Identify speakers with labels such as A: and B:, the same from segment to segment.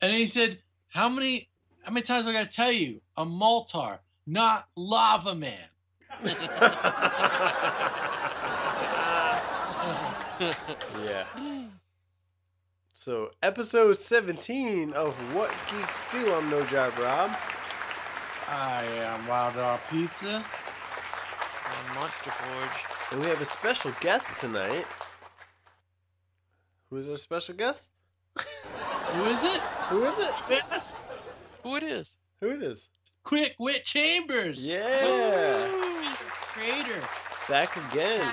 A: And then he said, How many how many times do I gotta tell you? A Moltar, not Lava Man.
B: yeah. So, episode 17 of What Geeks Do. I'm No Job Rob.
A: I am Wild Dog Pizza.
C: And Monster Forge.
B: And we have a special guest tonight. Who's our special guest?
A: Who is it?
B: Who is it?
A: Yes.
C: Who it is?
B: Who it is?
A: Quick Wit Chambers.
B: Yeah.
A: Woo! Creator.
B: Back again.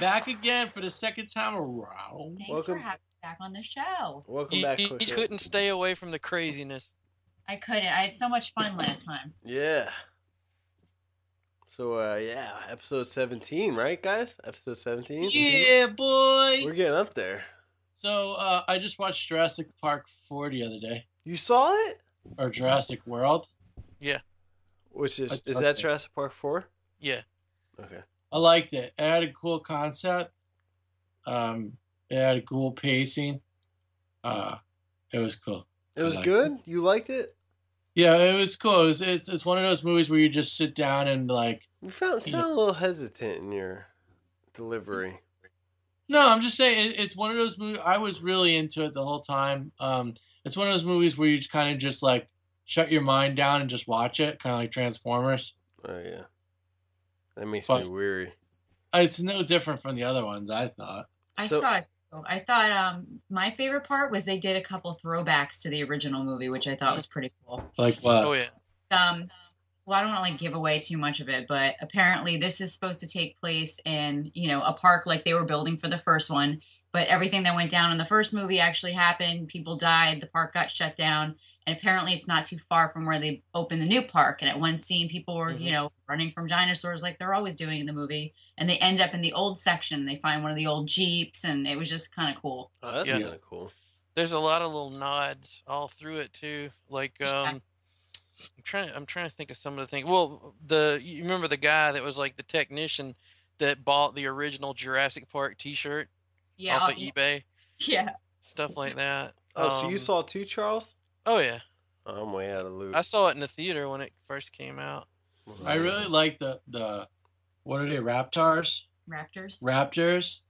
A: Back again for the second time around.
D: Thanks
B: Welcome.
D: for having me back on the show.
B: Welcome
C: He,
B: back.
C: he- he
B: Quick Wit.
C: couldn't stay away from the craziness.
D: I couldn't. I had so much fun last time.
B: Yeah. So, uh, yeah, episode 17, right, guys? Episode 17?
A: Yeah, boy.
B: We're getting up there.
A: So uh, I just watched Jurassic Park 4 the other day,
B: You saw it?
A: or Jurassic World.
B: Which is,
A: I-
B: is
A: I-
B: that Jurassic Park 4?
C: Yeah.
B: Okay.
A: I liked it. It had a cool concept. Um, it had a cool pacing. Uh, it was cool.
B: It
A: I
B: was
A: liked it.
B: good? You liked it?
A: Yeah, it was cool. It was, it's it's one of those movies where you just sit down and like.
B: You found,
A: Yeah.
B: sound a little hesitant in your delivery.
A: No, I'm just saying it, it's one of those movies. I was really into it the whole time. Um, it's one of those movies where you kind of just like shut your mind down and just watch it, kind of like Transformers.
B: Oh yeah, that makes me
A: But-
B: weary.
A: Uh, It's no different from the other ones. I thought.
D: I
B: So-
D: saw it. I thought um, my favorite part was they did a couple throwbacks to the original movie, which I thought was pretty cool.
A: Like uh, what?
C: oh yeah.
D: Um, well, I don't want to like give away too much of it, but apparently this is supposed to take place in you know a park like they were building for the first one. But everything that went down in the first movie actually happened. People died. The park got shut down, and apparently it's not too far from where they opened the new park. And at one scene, people were you know running from dinosaurs like they're always doing in the movie, and they end up in the old section. They find one of the old jeeps, and it was just kind of cool.
B: Oh, that's
C: Yeah.
B: kind of cool.
C: There's a lot of little nods all through it too. Like
D: Yeah.
C: um I'm trying I'm trying to think of some of the things. Well, the you remember the guy that was like the technician that bought the original Jurassic Park t-shirt
D: Yeah, oh, uh,
C: off of
D: I'll-
C: eBay,
D: yeah.
C: stuff like that.
B: Oh, so you
C: Um,
B: saw two, Charles?
C: Oh yeah.
B: Oh, I'm way out of the loop.
C: I saw it in the theater when it first came out.
A: I really like the the what are they Raptors?
D: Raptors.
A: Raptors.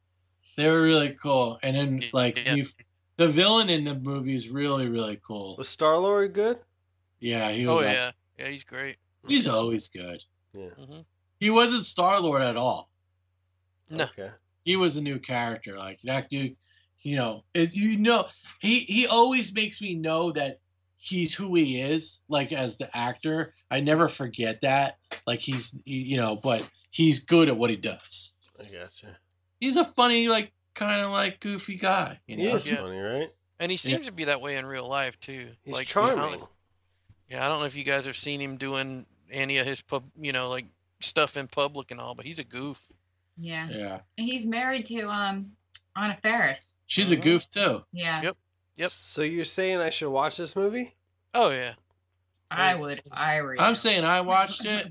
A: They were really cool. And then like
C: Yeah.
A: you- the villain in the movie is really really cool.
B: Was Star Lord good?
A: Yeah, he
C: Oh
A: was.
C: yeah. Yeah, he's great.
A: He's always good.
B: Yeah.
C: hmm
A: He wasn't Star Lord at all.
C: No.
B: Okay.
A: He was a new character. Like that dude, you know, is you know he he always makes me know that he's who he is. Like as the actor, I never forget that. Like he's he- you know, but he's good at what he does.
B: I gotcha.
A: He's a funny like kind of like goofy guy. You know?
B: He is
C: Yeah.
B: funny, right?
C: And he seems to be that way in real life too.
B: He's
C: like you know, I don't
B: charming.
C: Yeah, I don't know if you guys have seen him doing any of his pub, you know, like stuff in public and all, but he's a goof.
D: Yeah.
A: Yeah,
D: And he's married to um Anna Ferris.
A: she's a
C: Mhm.
A: goof too.
D: Yeah,
C: Yep. Yep.
B: So you're saying I should watch this movie?
C: Oh yeah,
D: I would if I were.
A: I'm
D: you.
A: saying I watched it,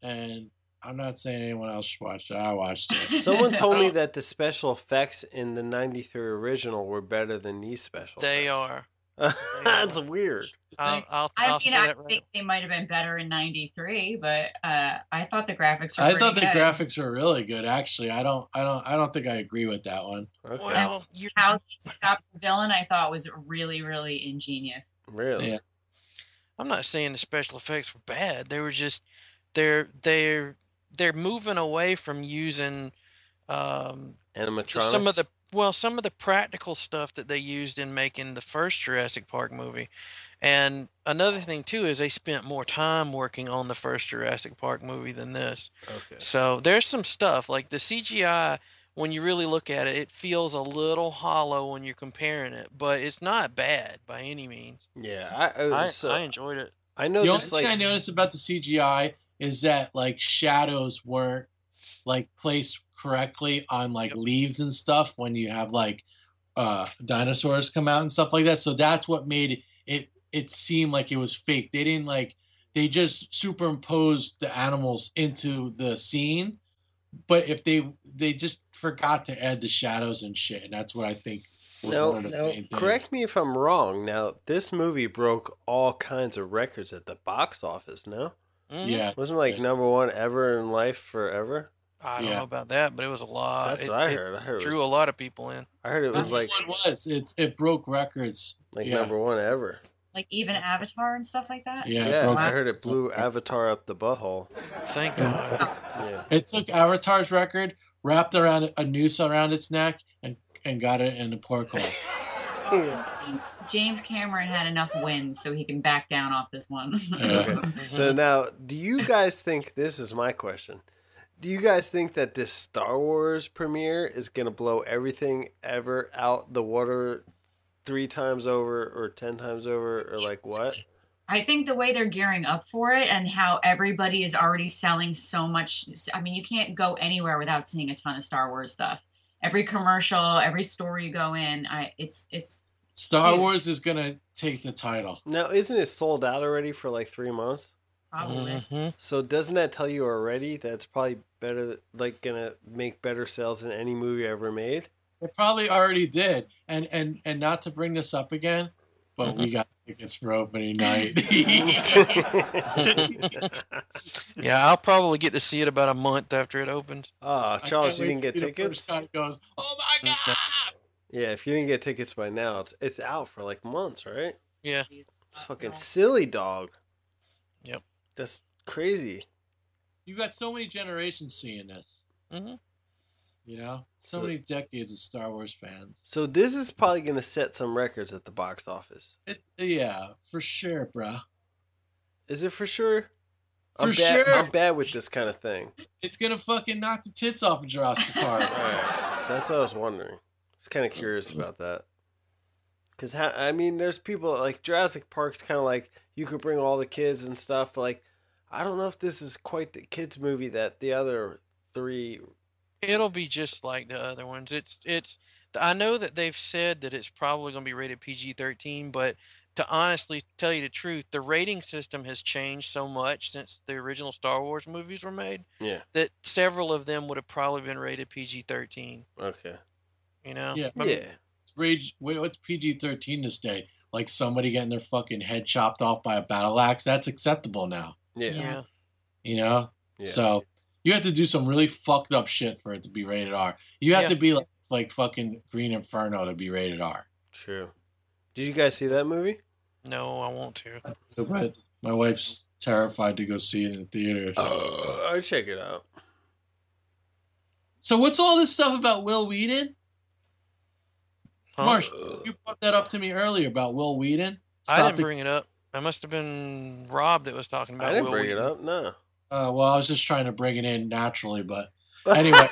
A: and I'm not saying anyone else should watch it. I watched it.
B: Someone told me that the special effects in the '93 original were better than these special.
C: they
B: effects.
C: are.
B: that's weird.
C: I'll, I'll,
D: I
C: I'll say
D: mean, I
C: that right.
D: think they might have been better in '93, but uh, I thought the graphics were.
A: I thought the
D: pretty good.
A: graphics were really good. Actually, I don't, I don't, I don't think I agree with that one.
B: Okay.
C: Well, you
D: How they stopped the villain, I thought was really, really ingenious.
B: Really?
A: Yeah.
C: I'm not saying the special effects were bad. They were just they're they're they're moving away from using um,
B: Animatronics.
C: some of the well some of the practical stuff that they used in making the first Jurassic Park movie. And another thing too is they spent more time working on the first Jurassic Park movie than this.
B: Okay.
C: So there's some stuff like the CGI. When you really look at it, it feels a little hollow when you're comparing it, but it's not bad by any means.
B: Yeah. I, I,
C: I,
B: so,
C: I
B: I,
C: enjoyed it.
B: know
A: the only
B: this
A: thing
B: like
A: I noticed about the CGI is that like shadows weren't like placed correctly on like
C: Yep.
A: leaves and stuff when you have like uh dinosaurs come out and stuff like that. So that's what made it it seem like it was fake. They didn't like they just superimposed the animals into the scene. But if they they just forgot to add the shadows and shit, and that's what I think was
B: No,
A: one of the
B: no.
A: main things.
B: Correct me if I'm wrong. Now, this movie broke all kinds of records at the box office. No,
C: Mhm.
A: Yeah,
B: wasn't it like
A: Yeah.
B: number one ever in life forever.
C: I don't
A: Yeah.
C: know about that, but it was a
A: Uh,
C: lot.
B: That's
C: it,
B: what I
C: it
B: heard. I heard, it
C: drew
B: was,
C: a lot of people in.
B: I heard it was
A: number
B: like
A: one was it. It broke records.
B: like
A: yeah.
B: number one ever.
D: Like even Avatar and stuff like that.
A: Yeah,
B: Yeah,
A: it broke.
B: I heard it blew Avatar up the butthole.
C: Thank
A: Yeah.
C: God.
B: Yeah,
A: It took Avatar's record, wrapped around a noose around its neck, and and got it in the pork hole.
D: James Cameron had enough wins so he can back down off this one.
A: Yeah.
B: So now, do you guys think this is my question? Do you guys think that this Star Wars premiere is going to blow everything ever out the water three times over or 10 times over or like what?
D: I think the way they're gearing up for it and how everybody is already selling so much. I mean, you can't go anywhere without seeing a ton of Star Wars stuff. Every commercial, every store you go in, I it's it's
A: Star
D: Huge.
A: Wars is gonna take the title.
B: Now, isn't it sold out already for like three months?
D: probably
C: Mhm.
B: So doesn't that tell you already that's probably better, like going to make better sales than any movie ever made?
A: It probably already did. And and and not to bring this up again, but we got tickets for opening night.
B: Ah,
C: yeah, I'll probably get to see it about a month after it opens.
B: oh,
A: I
B: Charles,
A: can't
B: you
A: wait
B: didn't get
A: to see the
B: tickets?
A: first guy that goes, oh my god!
B: Yeah, if you didn't get tickets by now, it's, it's out for like months, right?
C: Yeah.
A: Mm-hmm.
B: It's fucking silly dog.
C: Yep.
B: That's crazy.
A: You got so many generations seeing this.
C: Mhm.
A: You know, so
B: Mm-hmm. So-
A: many decades of Star Wars fans.
B: So this is probably gonna set some records at the box office.
A: It, yeah, for sure, bruh.
B: Is it for sure? I'm
A: For
B: bad,
A: sure.
B: I'm bad with this kind of thing.
A: It's gonna fucking knock the tits off of Jurassic Park.
B: All right. That's what I was wondering. I was kind of curious about that. Cause how, I mean, there's people like Jurassic Park's kind of like you could bring all the kids and stuff. But like, I don't know if this is quite the kids movie that the other three.
C: It'll be just like the other ones. It's it's. I know that they've said that it's probably going to be rated PG thirteen, but to honestly tell you the truth, the rating system has changed so much since the original Star Wars movies were made
B: Yeah.
C: that several of them would have probably been rated PG thirteen.
B: Okay.
C: You know.
A: Yeah.
C: I mean,
B: yeah.
A: It's rage. Wait, what's PG thirteen this day? Like somebody getting their fucking head chopped off by a battle axe. That's acceptable now.
B: Yeah.
C: yeah.
A: You know.
B: Yeah.
A: So you have to do some really fucked up shit for it to be rated R. You have
C: Yeah.
A: to be like, like fucking Green Inferno to be rated R.
B: True. Did you guys see that movie?
C: No, I want to.
A: So, but my wife's terrified to go see it in theaters.
B: I'll Uh, check it out.
A: So what's all this stuff about Will Whedon?
C: Huh?
A: Marsh,
B: Uh,
A: you brought that up to me earlier about Will Whedon.
C: I didn't
A: stopping-
C: bring it up. I must have been Rob that was talking about.
B: I didn't
C: Will
B: bring it
C: Wheaton.
B: up. No.
A: Uh, well, I was just trying to bring it in naturally, but Anyway.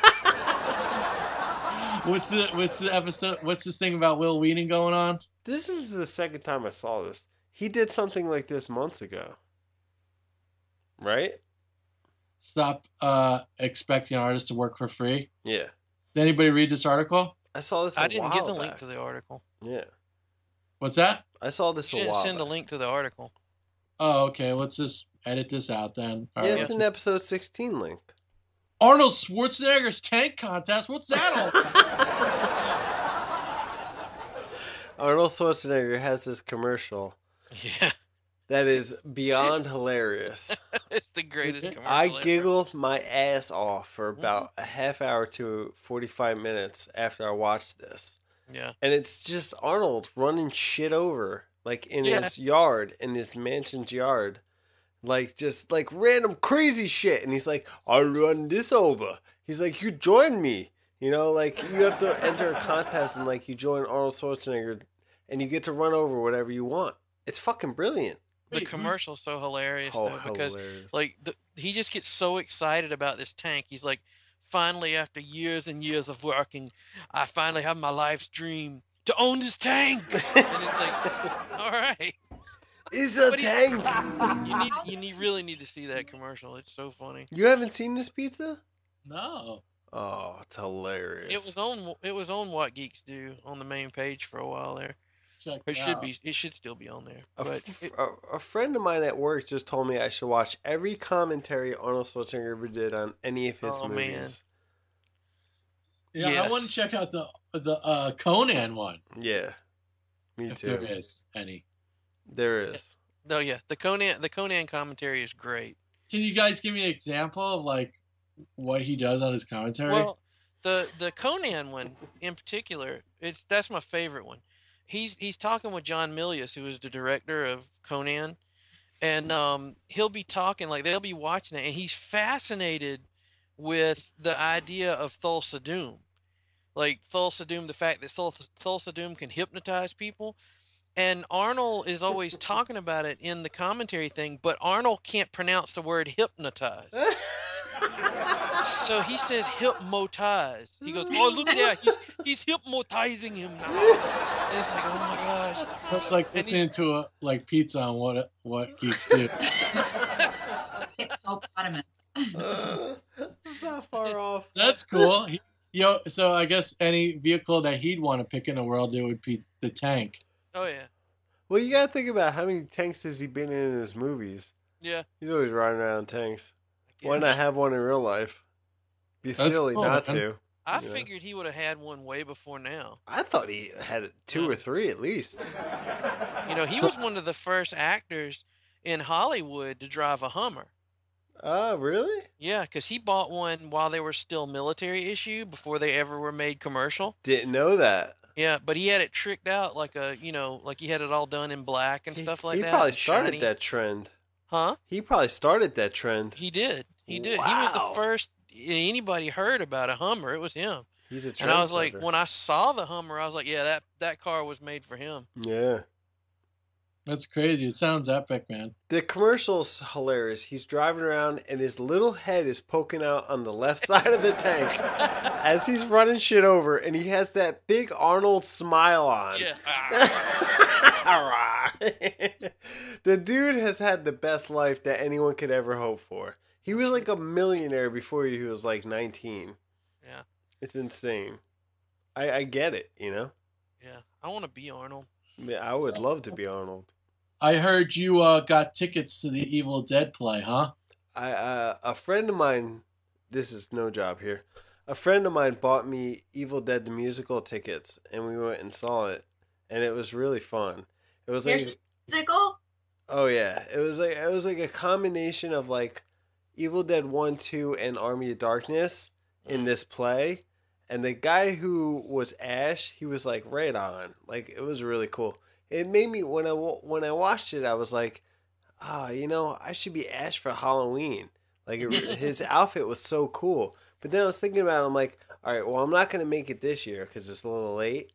A: what's the what's the episode? What's this thing about Will Whedon going on?
B: this is the second time I saw this. He did something like this months ago. Right?
A: Stop uh, expecting artists to work for free.
B: Yeah.
A: Did anybody read this article?
B: I saw this. I
C: I didn't get the link to the article.
B: Yeah.
A: What's that?
B: I saw this
C: You
B: a
C: didn't
B: while.
C: send a
B: back.
C: link to the article.
A: Oh, okay. Let's just edit this out then. All
B: yeah,
A: right, let's-
B: it's an episode sixteen link.
A: Arnold Schwarzenegger's tank contest. What's that all? about?
B: Arnold Schwarzenegger has this commercial
C: Yeah,
B: that is beyond hilarious.
C: it's the greatest
A: did-
C: commercial.
B: I
C: ever.
B: giggled my ass off for
C: Mhm.
B: about a half hour to 45 minutes after I watched this.
C: Yeah,
B: And it's just Arnold running shit over, like in
C: Yeah.
B: his yard, in his mansion's yard. Like just like random crazy shit. And he's like, I'll run this over. He's like, You join me. You know, like you have to enter a contest and like you join Arnold Schwarzenegger and you get to run over whatever you want. It's fucking brilliant.
C: the
A: Wait, who's-
C: commercial's so hilarious
B: Oh,
C: though because
B: hilarious.
C: like the, he just gets so excited about this tank. He's like, finally, after years and years of working, I finally have my life's dream to own this tank. and it's like, all right,
B: It's a
C: What do you-
B: tank.
C: you need you need really need to see that commercial. It's so funny.
B: You haven't seen this pizza?
A: No.
B: Oh, it's hilarious.
C: It was on it was on what geeks do on the main page for a while there.
A: Check
C: It should
A: out.
C: be it should still be on there.
B: a,
C: But
B: f-
C: it,
B: a- a friend of mine at work just told me I should watch every commentary Arnold Schwarzenegger ever did on any of his
C: Oh, man.
B: movies.
A: Yeah, I want to
C: Yes.
A: check out the the uh, Conan one,
B: Yeah. Me
A: if
B: too.
A: there is any.
B: There is.
C: No, yeah, the Conan the Conan commentary is great.
A: Can you guys give me an example of like what he does on his commentary?
C: Well, the the Conan one in particular, it's that's my favorite one. He's he's talking with John Milius, who is the director of Conan, and um, he'll be talking like they'll be watching it, and he's fascinated with the idea of Thulsa Doom, like Thulsa Doom, the fact that Thul- Thulsa Doom can hypnotize people. And Arnold is always talking about it in the commentary thing, but Arnold can't pronounce the word hypnotize. So he says hypnotize. He goes, oh look there, he's, he's hypnotizing him now. And it's like, oh my gosh.
A: That's like
C: and he's-
A: listening to a, like pizza on what what geeks do.
D: Hippopotamus.
B: Uh, it's not far off.
A: That's cool. He, yo, so I guess any vehicle that he'd want to pick in the world, it would be the tank.
C: Oh yeah,
B: Well, you gotta think about how many tanks has he been in in his movies.
C: yeah.
B: He's always riding around in tanks. Why
C: yeah.
B: not have one in real life? Be
A: That's
B: silly
A: cool,
B: not
A: man.
B: to.
C: I
B: Yeah.
C: figured he would have had one way before now.
B: I thought he had two
C: Yeah.
B: or three at least.
C: You know, he was one of the first actors in Hollywood to drive a Hummer.
B: Oh, really?
C: Yeah, because he bought one while they were still military issue before they ever were made commercial.
B: Didn't know that.
C: Yeah, but he had it tricked out like a, you know, like he had it all done in black and
B: He-
C: stuff like
B: he
C: that.
B: probably
C: and
B: started
C: shiny.
B: that trend.
C: huh?
B: He probably started that trend.
C: He did. He did. He was
B: Wow.
C: the first anybody heard about a Hummer. It was him.
B: He's a trendsetter.
C: And I was like, when I saw the Hummer, I was like, yeah, that that car was made for him.
B: yeah.
A: That's crazy. It sounds epic, man.
B: The commercial's hilarious. He's driving around and his little head is poking out on the left side of the tank as he's running shit over, and he has that big Arnold smile on.
C: Yeah.
B: Alright. the dude has had the best life that anyone could ever hope for. He was like a millionaire before he was like 19.
C: Yeah.
B: It's insane. I, I get it, you know?
C: Yeah. I want to be Arnold.
B: I, mean, I would
A: So-
B: love to be Arnold.
A: I heard you uh, got tickets to the Evil Dead play, huh?
B: I uh, a friend of mine. This is no job here. A friend of mine bought me Evil Dead the musical tickets, and we went and saw it, and it was really fun. It was like,
D: Here's musical.
B: oh yeah, it was like it was like a combination of like Evil Dead One, Two, and Army of Darkness in this play. And the guy who was Ash, he was like right on. Like it was really cool. It made me when I wa- when I watched it, I was like, ah, you know, I should be Ash for Halloween. Like it, his outfit was so cool. But then I was thinking about, it, I'm like, all right, well, I'm not gonna make it this year because it's a little late,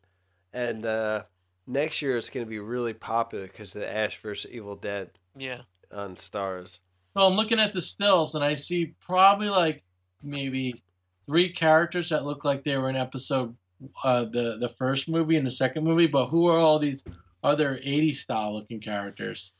B: and uh, next year it's gonna be really popular because the Ash versus Evil Dead
C: Yeah.
B: on Stars.
A: So I'm looking at the stills and I see probably like maybe three characters that look like they were in episode uh, the the first movie and the second movie, but who are all these other 80s style looking characters?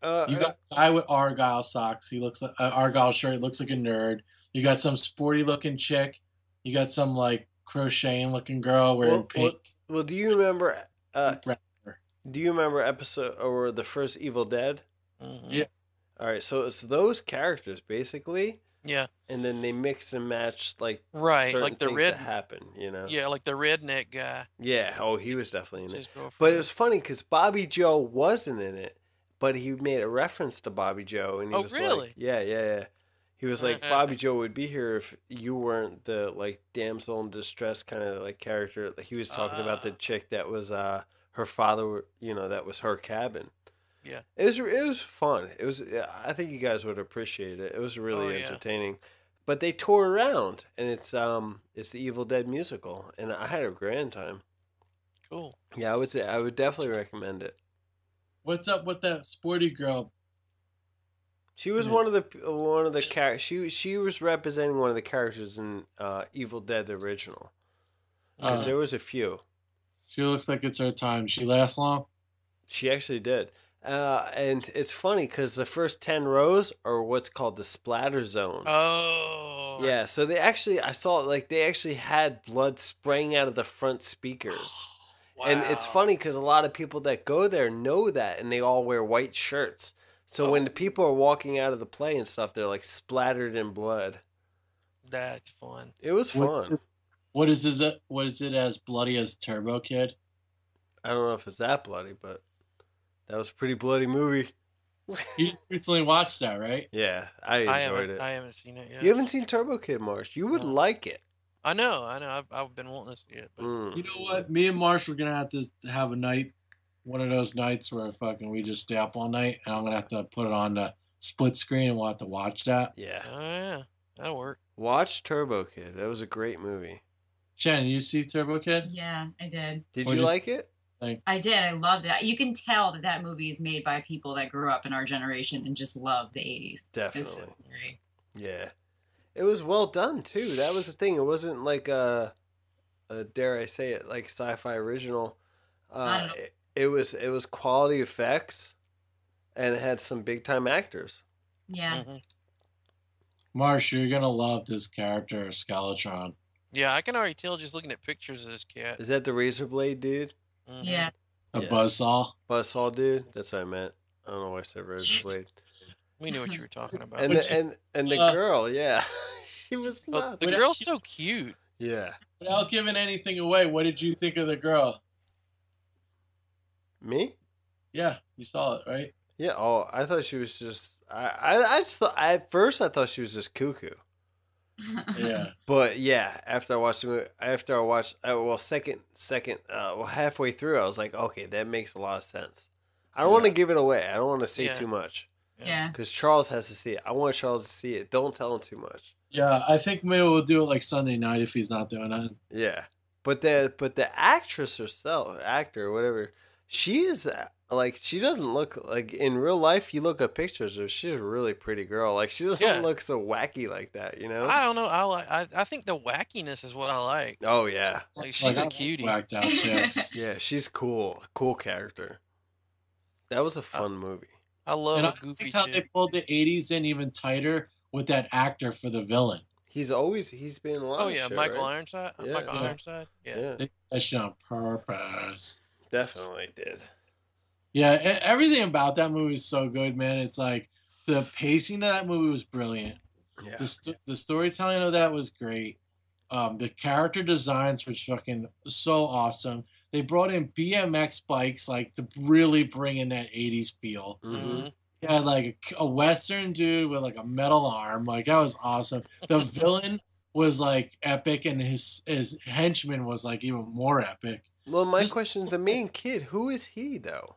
B: Uh,
A: You got a guy with argyle socks. He looks like uh, argyle shirt. Looks like a nerd. You got some sporty looking chick. You got some like crocheting looking girl wearing
B: Well,
A: pink.
B: well, do you remember? Uh,
A: Right.
B: do you remember episode or the first Evil Dead?
C: Mhm.
A: Yeah.
B: All right, so it's those characters basically,
C: Yeah.
B: and then they mix and match like
C: Right.
B: certain
C: Like the
B: things
C: red.
B: that happen. You know.
C: Yeah, like the redneck guy.
B: Yeah, Oh, he was definitely in
C: His
B: it.
C: girlfriend.
B: But it was funny because Bobby Joe wasn't in it, but he made a reference to Bobby Joe, and he
C: Oh,
B: was
C: really? Uh-huh.
B: like, "Yeah, yeah, yeah." He was like, "Bobby Joe would be here if you weren't the like damsel in distress kind of like character." Like, he was talking about the
C: Ah.
B: chick that was uh her father, you know, that was her cabin.
C: Yeah.
B: it was it was fun. It was I think you guys would appreciate it. It was really
C: Oh, yeah.
B: entertaining. But they tour around, and it's um it's the Evil Dead musical, and I had a grand time.
C: cool.
B: Yeah, I would say I would definitely recommend it.
A: What's up with that sporty girl?
B: She was
A: Yeah.
B: one of the one of the characters. She she was representing one of the characters in uh, Evil Dead the original because
C: Uh-huh. Mm.
A: Uh,
B: there was a few.
A: She looks like it's her time. She lasts long.
B: She actually did, uh, and it's funny because the first ten rows are what's called the splatter zone.
C: Oh.
B: yeah, so they actually I saw it like they actually had blood spraying out of the front speakers. And it's
C: Wow.
B: funny because a lot of people that go there know that, and they all wear white shirts. So
C: Oh.
B: when the people are walking out of the play and stuff, they're like splattered in blood.
C: That's fun.
B: It was
A: Was
B: fun.
A: this- What is is it? What is it as bloody as Turbo Kid?
B: I don't know if it's that bloody, but that was a pretty bloody movie.
A: You just recently watched that, right?
B: Yeah, I
C: I
B: enjoyed
C: haven't
B: it.
C: I haven't seen it yet.
B: You haven't seen Turbo Kid, Marsh. You would
C: No.
B: like it.
C: I know, I know. I've, I've been wanting to see it. But
B: Mm.
A: You know what? Me and Marsh are gonna have to have a night, one of those nights where fucking we just stay up all night, and I'm gonna have to put it on the split screen, and we'll have to watch that.
B: Yeah,
C: Oh yeah, that'll work.
B: watch Turbo Kid. That was a great movie.
A: Shannon, you see Turbo Kid?
D: Yeah, I did.
B: Did
A: What'd
B: you
A: you-
B: like it?
D: I did. I loved it. You can tell that that movie is made by people that grew up in our generation and just loved the 80s. It was
B: Definitely.
C: Mm-hmm.
D: great.
B: Yeah, it was well done too. That was the thing. It wasn't like a, a dare I say it, like sci-fi original.
D: Not
B: Uh,
D: at all.
B: it, it was it was quality effects, and it had some big time actors.
D: Yeah.
C: Mhm.
A: Marsh, you're gonna love this character, Skeletron.
C: Yeah, I can already tell just looking at pictures of this cat.
B: Is that the razor blade dude?
C: Mhm.
A: Mm-hmm.
D: Yeah.
A: A
B: Yeah.
A: buzzsaw.
B: Buzzsaw dude? That's what I meant. I don't know why I said razor blade.
C: we knew what you were talking about.
B: And
A: Which-
B: the, and and the
A: uh,
B: girl, yeah, she was
C: Oh,
B: not.
C: the girl's so cute.
B: Yeah,
A: Without giving anything away, what did you think of the girl?
B: me.
A: Yeah, you saw it, right?
B: Yeah. Oh, I thought she was just. I I, I just thought at first I thought she was just cuckoo.
A: Yeah.
B: But yeah, after I watched the movie, after I watched, uh, well, second, second, uh, well, halfway through, I was like, okay, that makes a lot of sense. I don't want to
A: Yeah.
B: give it away. I don't want to say
C: Yeah.
B: too much
D: yeah.
B: because Charles has to see it. I want Charles to see it. Don't tell him too much.
A: Yeah, I think maybe we'll do it like Sunday night if he's not doing it.
B: Yeah, but the but the actress herself, actor, whatever, she is uh, like she doesn't look like in real life. You look at pictures of her, she's a really pretty girl. Like she doesn't
C: Yeah.
B: look so wacky like that, you know?
C: I don't know. I like. I, I think the wackiness is what I like.
B: oh yeah,
C: Like she's
A: I
C: a
A: like
C: cutie.
A: Whacked out chicks.
B: yeah, she's cool, cool character. Uh, That was a fun movie.
C: I love
A: and I
C: a goofy
A: think how they
C: chick.
A: pulled the '80s in even tighter with that actor for the villain.
B: He's always he's been a lot.
C: Oh
B: of
C: yeah,
B: shit,
C: Michael
B: right?
C: Ironside. uh,
B: Yeah.
C: Michael
A: Yeah.
C: Ironside. Yeah.
B: Yeah,
A: They- That shit on purpose.
B: definitely did.
A: Yeah, e- everything about that movie is so good, man. It's like the pacing of that movie was brilliant.
B: Yeah,
A: The st- the storytelling of that was great. Um, the character designs were fucking so awesome. They brought in BMX bikes like to really bring in that '80s feel.
B: Mhm.
C: Mhm.
A: Yeah, like a, a western dude with like a metal arm. Like that was awesome. The villain was like epic, and his his henchman was like even more epic.
B: Well, my
A: He's-
B: question is the main kid. Who is he though?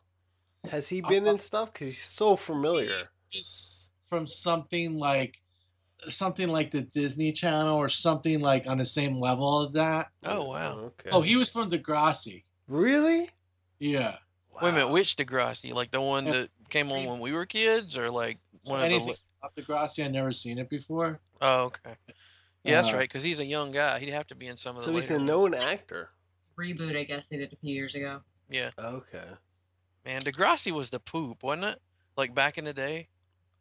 B: Has he been in stuff? Because he's so familiar.
A: It's from something like something like the Disney Channel or something like on the same level of that.
C: Oh wow.
B: Okay.
A: Oh, he was from Degrassi.
B: really?
A: Yeah,
C: Wait a minute.
B: Wow.
C: Which Degrassi? Like the one
A: Yeah.
C: that came on when we were kids, or like one of the?
A: anything
C: li-
A: about Degrassi? I've never seen it before.
C: Oh okay. Yeah, that's
A: Uh,
C: right. Because he's a young guy. He'd have to be in some of the.
B: So he's
C: later
B: a
C: ones.
B: known actor.
D: Reboot, I guess they did a few years ago.
C: Yeah,
B: Okay.
C: man. Degrassi was the poop, wasn't it? Like back in the day.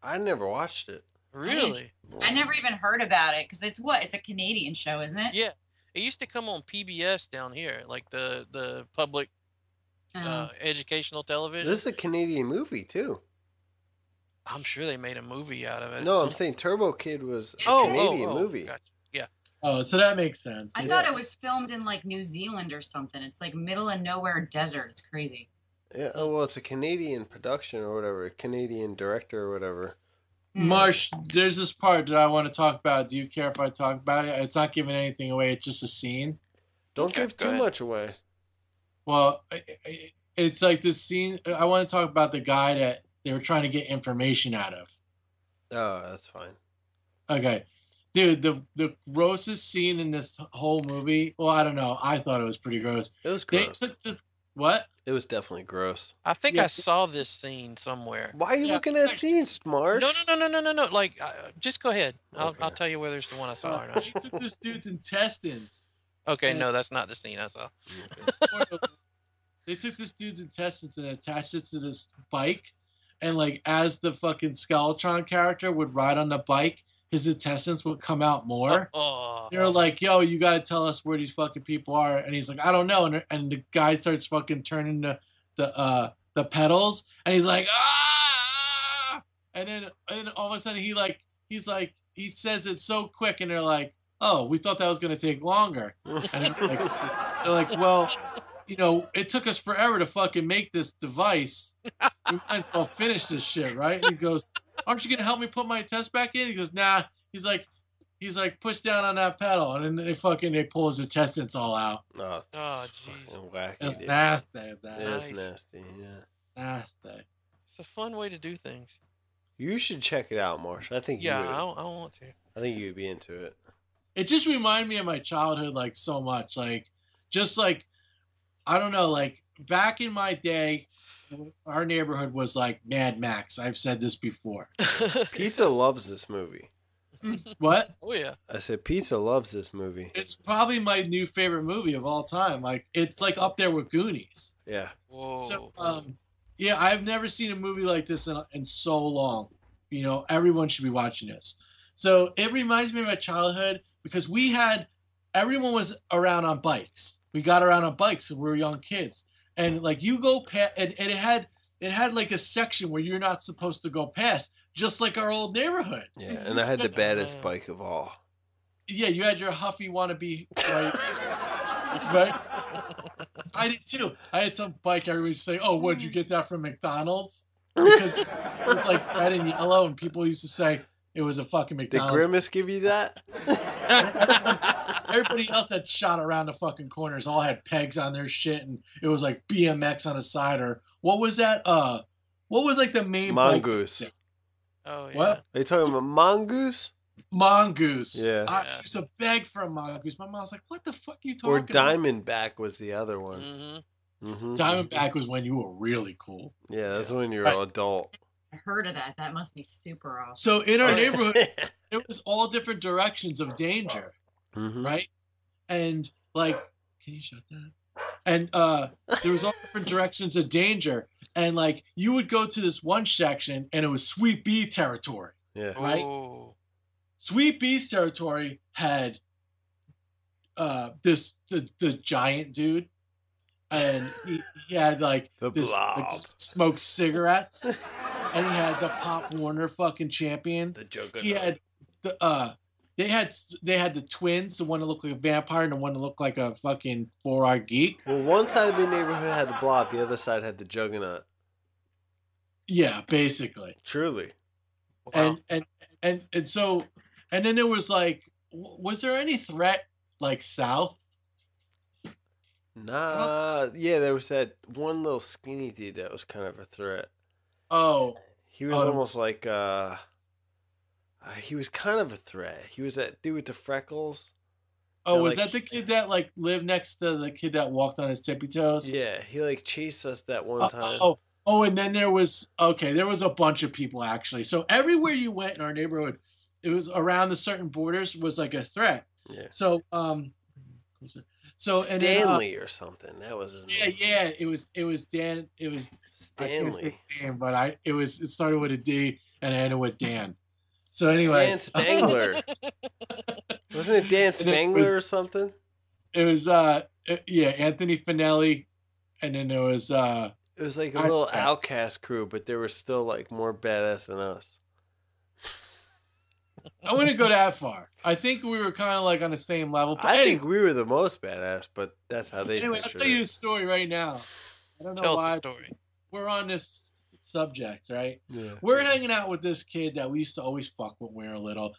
B: I never watched it.
C: Really?
D: I never even heard about it because it's what? It's a Canadian show, isn't it?
C: Yeah. It used to come on PBS down here, like the the public
A: Oh.
D: Um,
C: uh, educational television.
B: This is a Canadian movie too.
C: I'm sure they made a movie out of it.
B: No, I'm
C: Some-
B: saying Turbo Kid was a
C: oh,
B: Canadian
C: oh, oh,
B: movie.
C: gotcha.
A: Oh, so that makes sense.
D: I
A: Yeah.
D: thought it was filmed in like New Zealand or something. It's like middle of nowhere desert. It's crazy.
B: Yeah, oh well, it's a Canadian production or whatever, a Canadian director or whatever.
D: Mm.
A: Marsh, there's this part that I want to talk about. Do you care if I talk about it? It's not giving anything away. It's just a scene.
B: Don't
C: Okay,
B: give
C: go
B: too
C: ahead.
B: much away.
A: Well, I- I- it's like this scene. I want to talk about the guy that they were trying to get information out of.
B: Oh, that's fine.
A: Okay, dude, the the grossest scene in this whole movie. Well, I don't know. I thought it was pretty gross.
B: It was
A: They
B: gross.
A: took this. What?
B: It was definitely gross.
C: I think
A: Yeah.
C: I saw this scene somewhere.
B: Why are you
A: Yeah,
B: looking at
A: there's-
B: scenes, Marsh?
C: No, no, no, no, no, no, no. Like, uh, just go ahead. I'll, I'll
B: Okay.
C: tell you whether it's the one I saw or
A: They
C: not.
A: took this dude's intestines.
C: Okay,
A: Yeah.
C: no, that's not the scene I saw.
A: they took this dude's intestines and attached it to this bike, and like as the fucking Skeletron character would ride on the bike, his intestines would come out more.
C: Oh,
A: They're like, "Yo, you got to tell us where these fucking people are," and he's like, "I don't know," and and the guy starts fucking turning the the uh the pedals, and he's like, "Ah!" And then and all of a sudden he like he's like he says it so quick, and they're like, oh, we thought that was going to take longer. And they're like, they're like, well, you know, it took us forever to fucking make this device. We might as well finish this shit, right? He goes, aren't you going to help me put my test back in? He goes, nah. He's like, he's like, push down on that pedal. And then they fucking, they pull his intestines all out.
B: Oh,
C: Oh,
B: fucking
C: jeez.
B: wacky,
A: That's
B: dude.
A: nasty. That
B: It is
C: Nice.
B: nasty. Yeah.
A: nasty.
C: It's a fun way to do things.
B: You should check it out, Marsh. I think
C: Yeah,
B: you would.
C: I, I want to.
B: I think you'd be into it.
A: it just reminded me of my childhood like so much like just like i don't know like back in my day our neighborhood was like mad max i've said this before
B: Pizza loves this movie.
A: what
C: oh yeah.
B: I said Pizza loves this movie.
A: it's probably my new favorite movie of all time like it's like up there with goonies
B: Yeah.
C: Whoa.
A: so um yeah i've never seen a movie like this in, in so long you know everyone should be watching this so it reminds me of my childhood because we had everyone was around on bikes we got around on bikes when we were young kids and like you go past and, and it had it had like a section where you're not supposed to go past just like our old neighborhood
B: Yeah. And I had the
A: That's-
B: baddest
C: uh,
B: bike of all.
A: yeah you had your huffy wannabe right right i did too i had some bike everybody's saying oh where'd you get that from mcdonald's because it was like red and yellow and people used to say it was a fucking
B: Did
A: mcdonald's
B: Grimace give you that?
A: Everybody else that shot around the fucking corners all had pegs on their shit, and it was like BMX on the side or what was that? Uh, what was like the main bike-
B: Mongoose.
C: oh yeah.
A: What?
B: Are you talking about mongoose
A: Mongoose.
B: Yeah.
A: I
C: Yeah.
A: used to beg for a mongoose. My mom's like, "What the fuck are you talking?"
B: or
A: about?" Mm.
B: Diamondback was the other one?
C: hmm
B: Mm-hmm.
A: Diamondback was when you were really cool.
B: Yeah, that's when you're
A: Right.
B: an adult.
D: I heard of that. That must be super awesome.
A: So in our
C: Oh, yeah.
A: neighborhood, it was all different directions of danger,
B: Mhm.
A: right? And like, can you shut that? And uh, there was all different directions of danger, and like you would go to this one section, and it was Sweet Bee territory.
B: Yeah.
A: Right?
C: Oh.
A: Sweet Bee's territory had uh this the the giant dude and he, he had like
B: The
A: this like,
B: blob.
A: smoked cigarettes and he had the Pop Warner fucking champion.
B: The Juggernaut.
A: He had the uh they had they had the twins, the one that looked like a vampire and the one that looked like a fucking four-eyed geek.
B: Well, one side of the neighborhood had the blob, the other side had the juggernaut.
A: Yeah, basically.
B: Truly.
C: Wow.
A: and and and and so and then there was like w- was there any threat like south
B: Nah. Yeah, there was that one little skinny dude that was kind of a threat.
A: oh
B: He was
A: Um,
B: almost like uh, uh, he was kind of a threat. He was that dude with the freckles.
A: oh
B: Yeah,
A: was
B: like-
A: that the kid that like lived next to the kid that walked on his tippy toes
B: Yeah, he like chased us that
A: oh,
B: one time.
A: oh oh and then there was okay there was a bunch of people actually so everywhere you went in our neighborhood it was around the certain borders was like a threat
B: Yeah.
A: so um so and then, uh,
B: Stanley or something. That was his
A: yeah
B: name.
A: yeah it was it was dan it was I can't say
B: Stanley.
A: Dan, but I it was it started with a D and it ended with Dan. So anyway,
B: Dan Spangler. Wasn't it Dan
A: And it
B: Spangler or something?
A: it was uh it- yeah Anthony Finelli, and then there was uh
B: It was like a
A: I-
B: little outcast crew, but they were still like more badass than us.
A: I wouldn't go that far. I think we were kind of like on the same level. But
B: I
A: anyway,
B: think we were the most badass, but that's how they.
A: anyway, I'll
B: pictured
A: tell you
B: it.
A: a story right now. I don't know
C: Tell
A: why
C: us the story.
A: we're on this subject, right?
B: Yeah.
A: we're hanging out with this kid that we used to always fuck when we were little.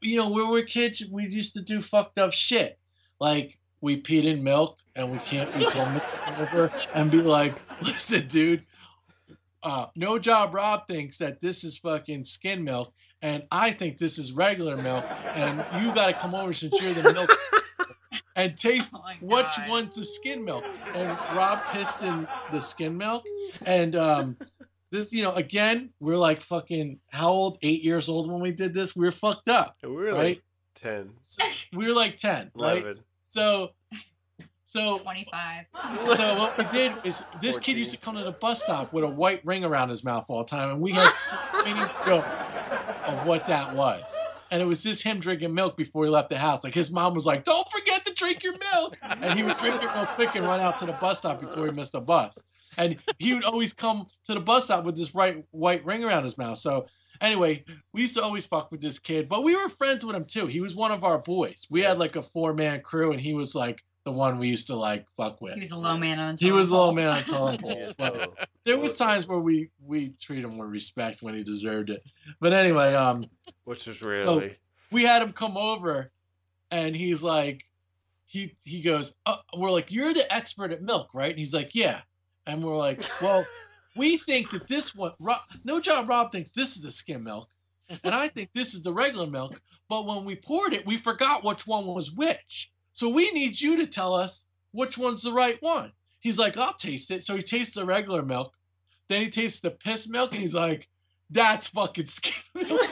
A: You know, when we were kids, we used to do fucked up shit. Like, we peed in milk and we can't be told to come over and be like, listen, dude, uh, no job Rob thinks that this is fucking skin milk and I think this is regular milk and you got to come over since you're the milk and taste
D: Oh my
A: which
D: God.
A: one's the skin milk? And Rob pissed in the skin milk. And um, this, you know, again, we're like fucking how old? Eight years old when we did this. We were fucked up.
B: We were like
A: Right?
B: 10,
A: So we were like ten, right?
B: 11.
A: So, so,
D: 25.
A: so what we did is this kid used to come to the bus stop with a white ring around his mouth all the time, and we had so many jokes of what that was. And it was just him drinking milk before he left the house. Like his mom was like, "Don't forget to drink your milk," and he would drink it real quick and run out to the bus stop before he missed the bus. And he would always come to the bus stop with this right white ring around his mouth. So Anyway, we used to always fuck with this kid, but we were friends with him too. He was one of our boys. We had like a four man crew, and he was like the one we used to like fuck with.
D: He was a low man on the
A: He
D: totem
A: was a little
D: pole.
A: man on totem
B: Yeah,
A: poles, but
B: so-
A: there was times where we we treat him with respect when he deserved it. But anyway, um,
B: which is really
A: we had him come over and he's like he he goes uh, we're like you're the expert at milk right and he's like yeah and we're like well we think that this one rob, no john rob thinks this is the skim milk and i think this is the regular milk but when we poured it we forgot which one was which so we need you to tell us which one's the right one he's like i'll taste it so he tastes the regular milk then he tastes the piss milk and he's like that's fucking skim milk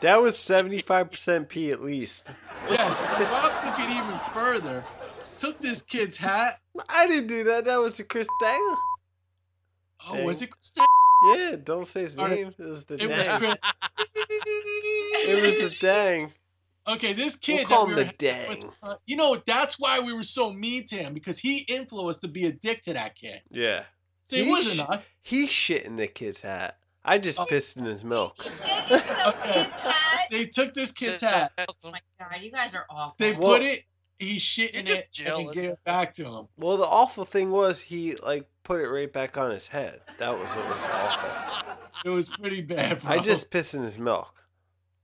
B: that was seventy five percent pee at least.
A: Yes, Rob took it even further. Took this kid's hat.
B: I didn't do that. That was a Chris Dale.
A: Oh,
B: Dang.
A: was it Christine?
B: Yeah, don't say his
A: All right.
B: name. It was the
A: It was
B: dang.
A: Chris.
B: it was the dang.
A: okay, this
B: We'll
A: kid that
B: call
A: we
B: him
A: were
B: the
A: hanging with,
B: dang.
A: uh, you know, that's why we were so mean to him because he influenced to be a dick to that kid.
B: Yeah.
A: So it
B: He
A: wasn't
B: sh-
A: us.
B: He shit in the kid's hat. I just
A: Oh.
B: pissed in his milk.
D: He shit in some kid's hat.
A: They took this kid's hat.
C: That's
D: Oh
C: some-
D: my god, you guys are awful.
A: They
B: Well-
A: put it. He shit in
C: You're
A: it
C: just
A: and
C: jealous.
A: they gave it back to him.
B: Well, the awful thing was he like put it right back on his head. That was what was awful.
A: It was pretty bad. Bro.
B: I just pissed in his milk.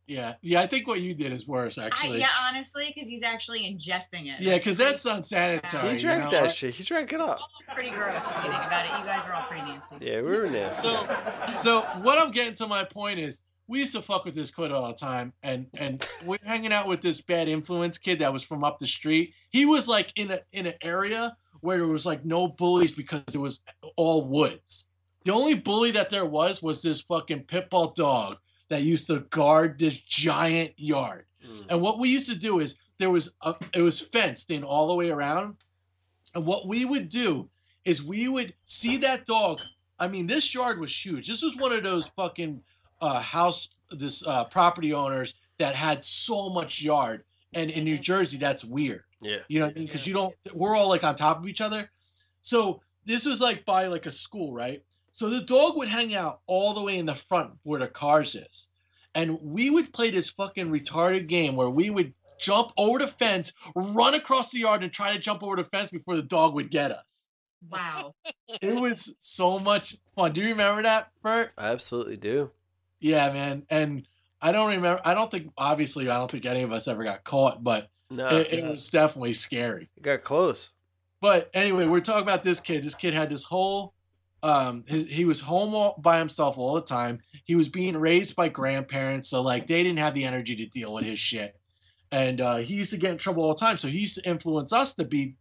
A: yeah yeah. I think what you did is worse
D: I,
A: actually.
D: yeah, honestly, because he's actually ingesting it.
A: yeah, because
D: pretty-
A: that's unsanitary.
B: He
A: you
B: drank
A: know?
B: that shit. He drank it up.
D: pretty gross if you think about it. You guys are all pretty nasty.
B: Yeah, we were nasty.
A: So, so what I'm getting to my point is, we used to fuck with this kid all the time, and and we're hanging out with this bad influence kid that was from up the street. He was like in a in an area where there was like no bullies because it was all woods. The only bully that there was was this fucking pit bull dog that used to guard this giant yard.
B: Mm.
A: And what we used to do is there was a, it was fenced in all the way around. And what we would do is we would see that dog. I mean, this yard was huge. This was one of those fucking uh, house this uh, property owners that had so much yard. And in New Jersey, that's weird.
B: Yeah.
A: You know, because you don't. We're all like on top of each other. So this was like by like a school, right? So the dog would hang out all the way in the front where the cars is, and we would play this fucking retarded game where we would jump over the fence, run across the yard, and try to jump over the fence before the dog would get us.
D: Wow.
A: It was so much fun. Do you remember that, Bert?
B: I absolutely do.
A: Yeah, man. And I don't remember. I don't think. Obviously, I don't think any of us ever got caught, but
B: No,
A: it, it was definitely scary.
B: it got close.
A: But anyway, we're talking about this kid. This kid had this whole um his, he was home all by himself all the time. He was being raised by grandparents, so like they didn't have the energy to deal with his shit. And uh he used to get in trouble all the time, so he used to influence us to be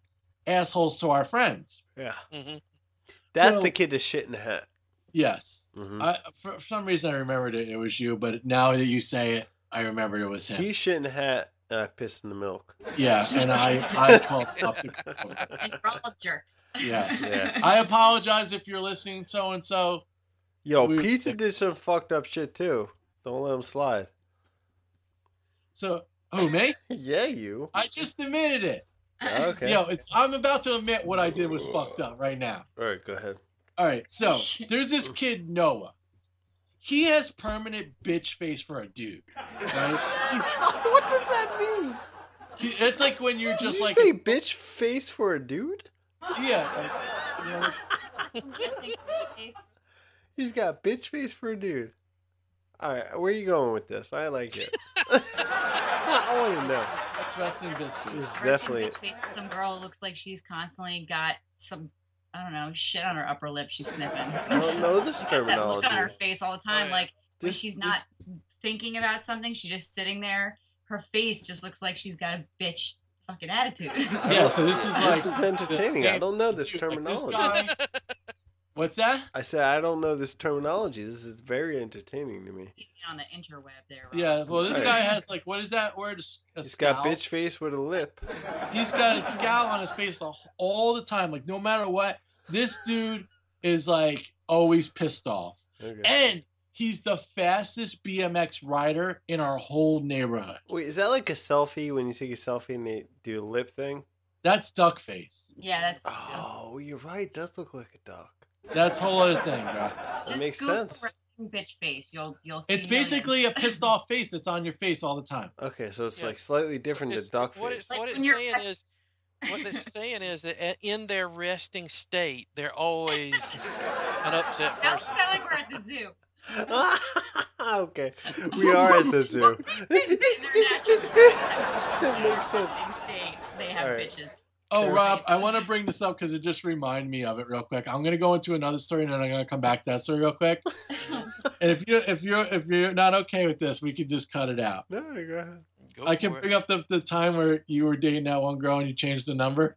A: assholes to our friends.
B: Yeah.
C: mhm.
B: That's
A: So-
B: the kid that shit in the hat.
A: Yes.
B: Mhm.
A: I for, for some reason I remembered it it was you, but now that you say it, I remember it was him.
B: He shit in the hat and I pissed in the milk.
A: Yeah, and I I called up the
D: And we're all jerks.
A: Yes.
B: Yeah.
A: I apologize if you're listening so and so.
B: Yo,
A: We-
B: Pizza did some fucked up shit too. Don't let him slide.
A: So who me?
B: yeah, you. Ah,
A: I just admitted it.
B: Okay.
A: Yo, it's, I'm about to admit what I did was fucked up right now.
B: All right, go ahead.
A: All right, so there's this kid Noah. He has permanent bitch face for a dude, right?
B: what does that mean?
A: He's- it's like when you're
B: Did
A: just
B: you
A: like,
B: say bitch face for a dude?
A: yeah, like, you know, like,
D: Ingesting his face.
B: He's got bitch face for a dude. All right, where you going with this? I like it. I want to know.
A: that's wrestling bitch face.
B: This-
D: Or Some,
B: Definitely.
D: bitch face, some girl who looks like she's constantly got some, I don't know, shit on her upper lip. She's sniffing.
B: I don't know this
D: that look
B: Oh, terminology.
D: on her face all the time.
C: Oh, yeah.
D: Like when
B: This-
D: she's not thinking about something, she's just sitting there. Her face just looks like she's got a bitch fucking attitude.
A: Yeah, so this is like
B: This is entertaining. I don't know this
A: Dude, like,
B: terminology.
A: guy- what's that?
B: I said I don't know this terminology. This is very entertaining to me.
D: Keeping it on the interweb there. Rob.
A: Yeah, well, this
B: Right.
A: guy has like, what is that word? A
B: He's got
A: scowl?
B: bitch face with a lip.
A: He's got a scowl on his face all- all the time. Like, no matter what, this dude is like always pissed off.
B: Okay.
A: And he's the fastest BMX rider in our whole neighborhood.
B: Wait, is that like a selfie when you take a selfie and they do a lip thing?
A: That's Duckface.
D: Yeah, that's
B: Ah, Oh, you're right. It does look like a duck.
A: That's a whole other thing, bro.
D: just
B: makes
D: Google
B: sense.
D: wrestling bitch face. You'll you'll. See
A: It's basically a pissed off face that's on your face all the time.
B: Okay, so it's
C: Yeah.
B: like slightly different
C: It's-
B: to duck
C: what
B: face.
C: it's, what
D: Like,
C: it's
D: when you're
C: saying
D: rest-
C: is what it's saying is that a- in their resting state they're always an upset
D: That would
C: person
D: sound like we're at the zoo.
B: okay, we are at the zoo. it
D: In their
B: makes sense.
D: resting State, they have
B: All right.
D: bitches.
A: Oh,
B: Fair.
A: Rob, I want to bring this up because it just reminded me of it real quick. I'm gonna go into another story and then I'm gonna come back to that story real quick. And if you if you're if you're not okay with this, we could just cut it out.
B: No, go ahead.
C: Go
A: I can
C: for it.
A: bring up the, the time where you were dating that one girl and you changed the number.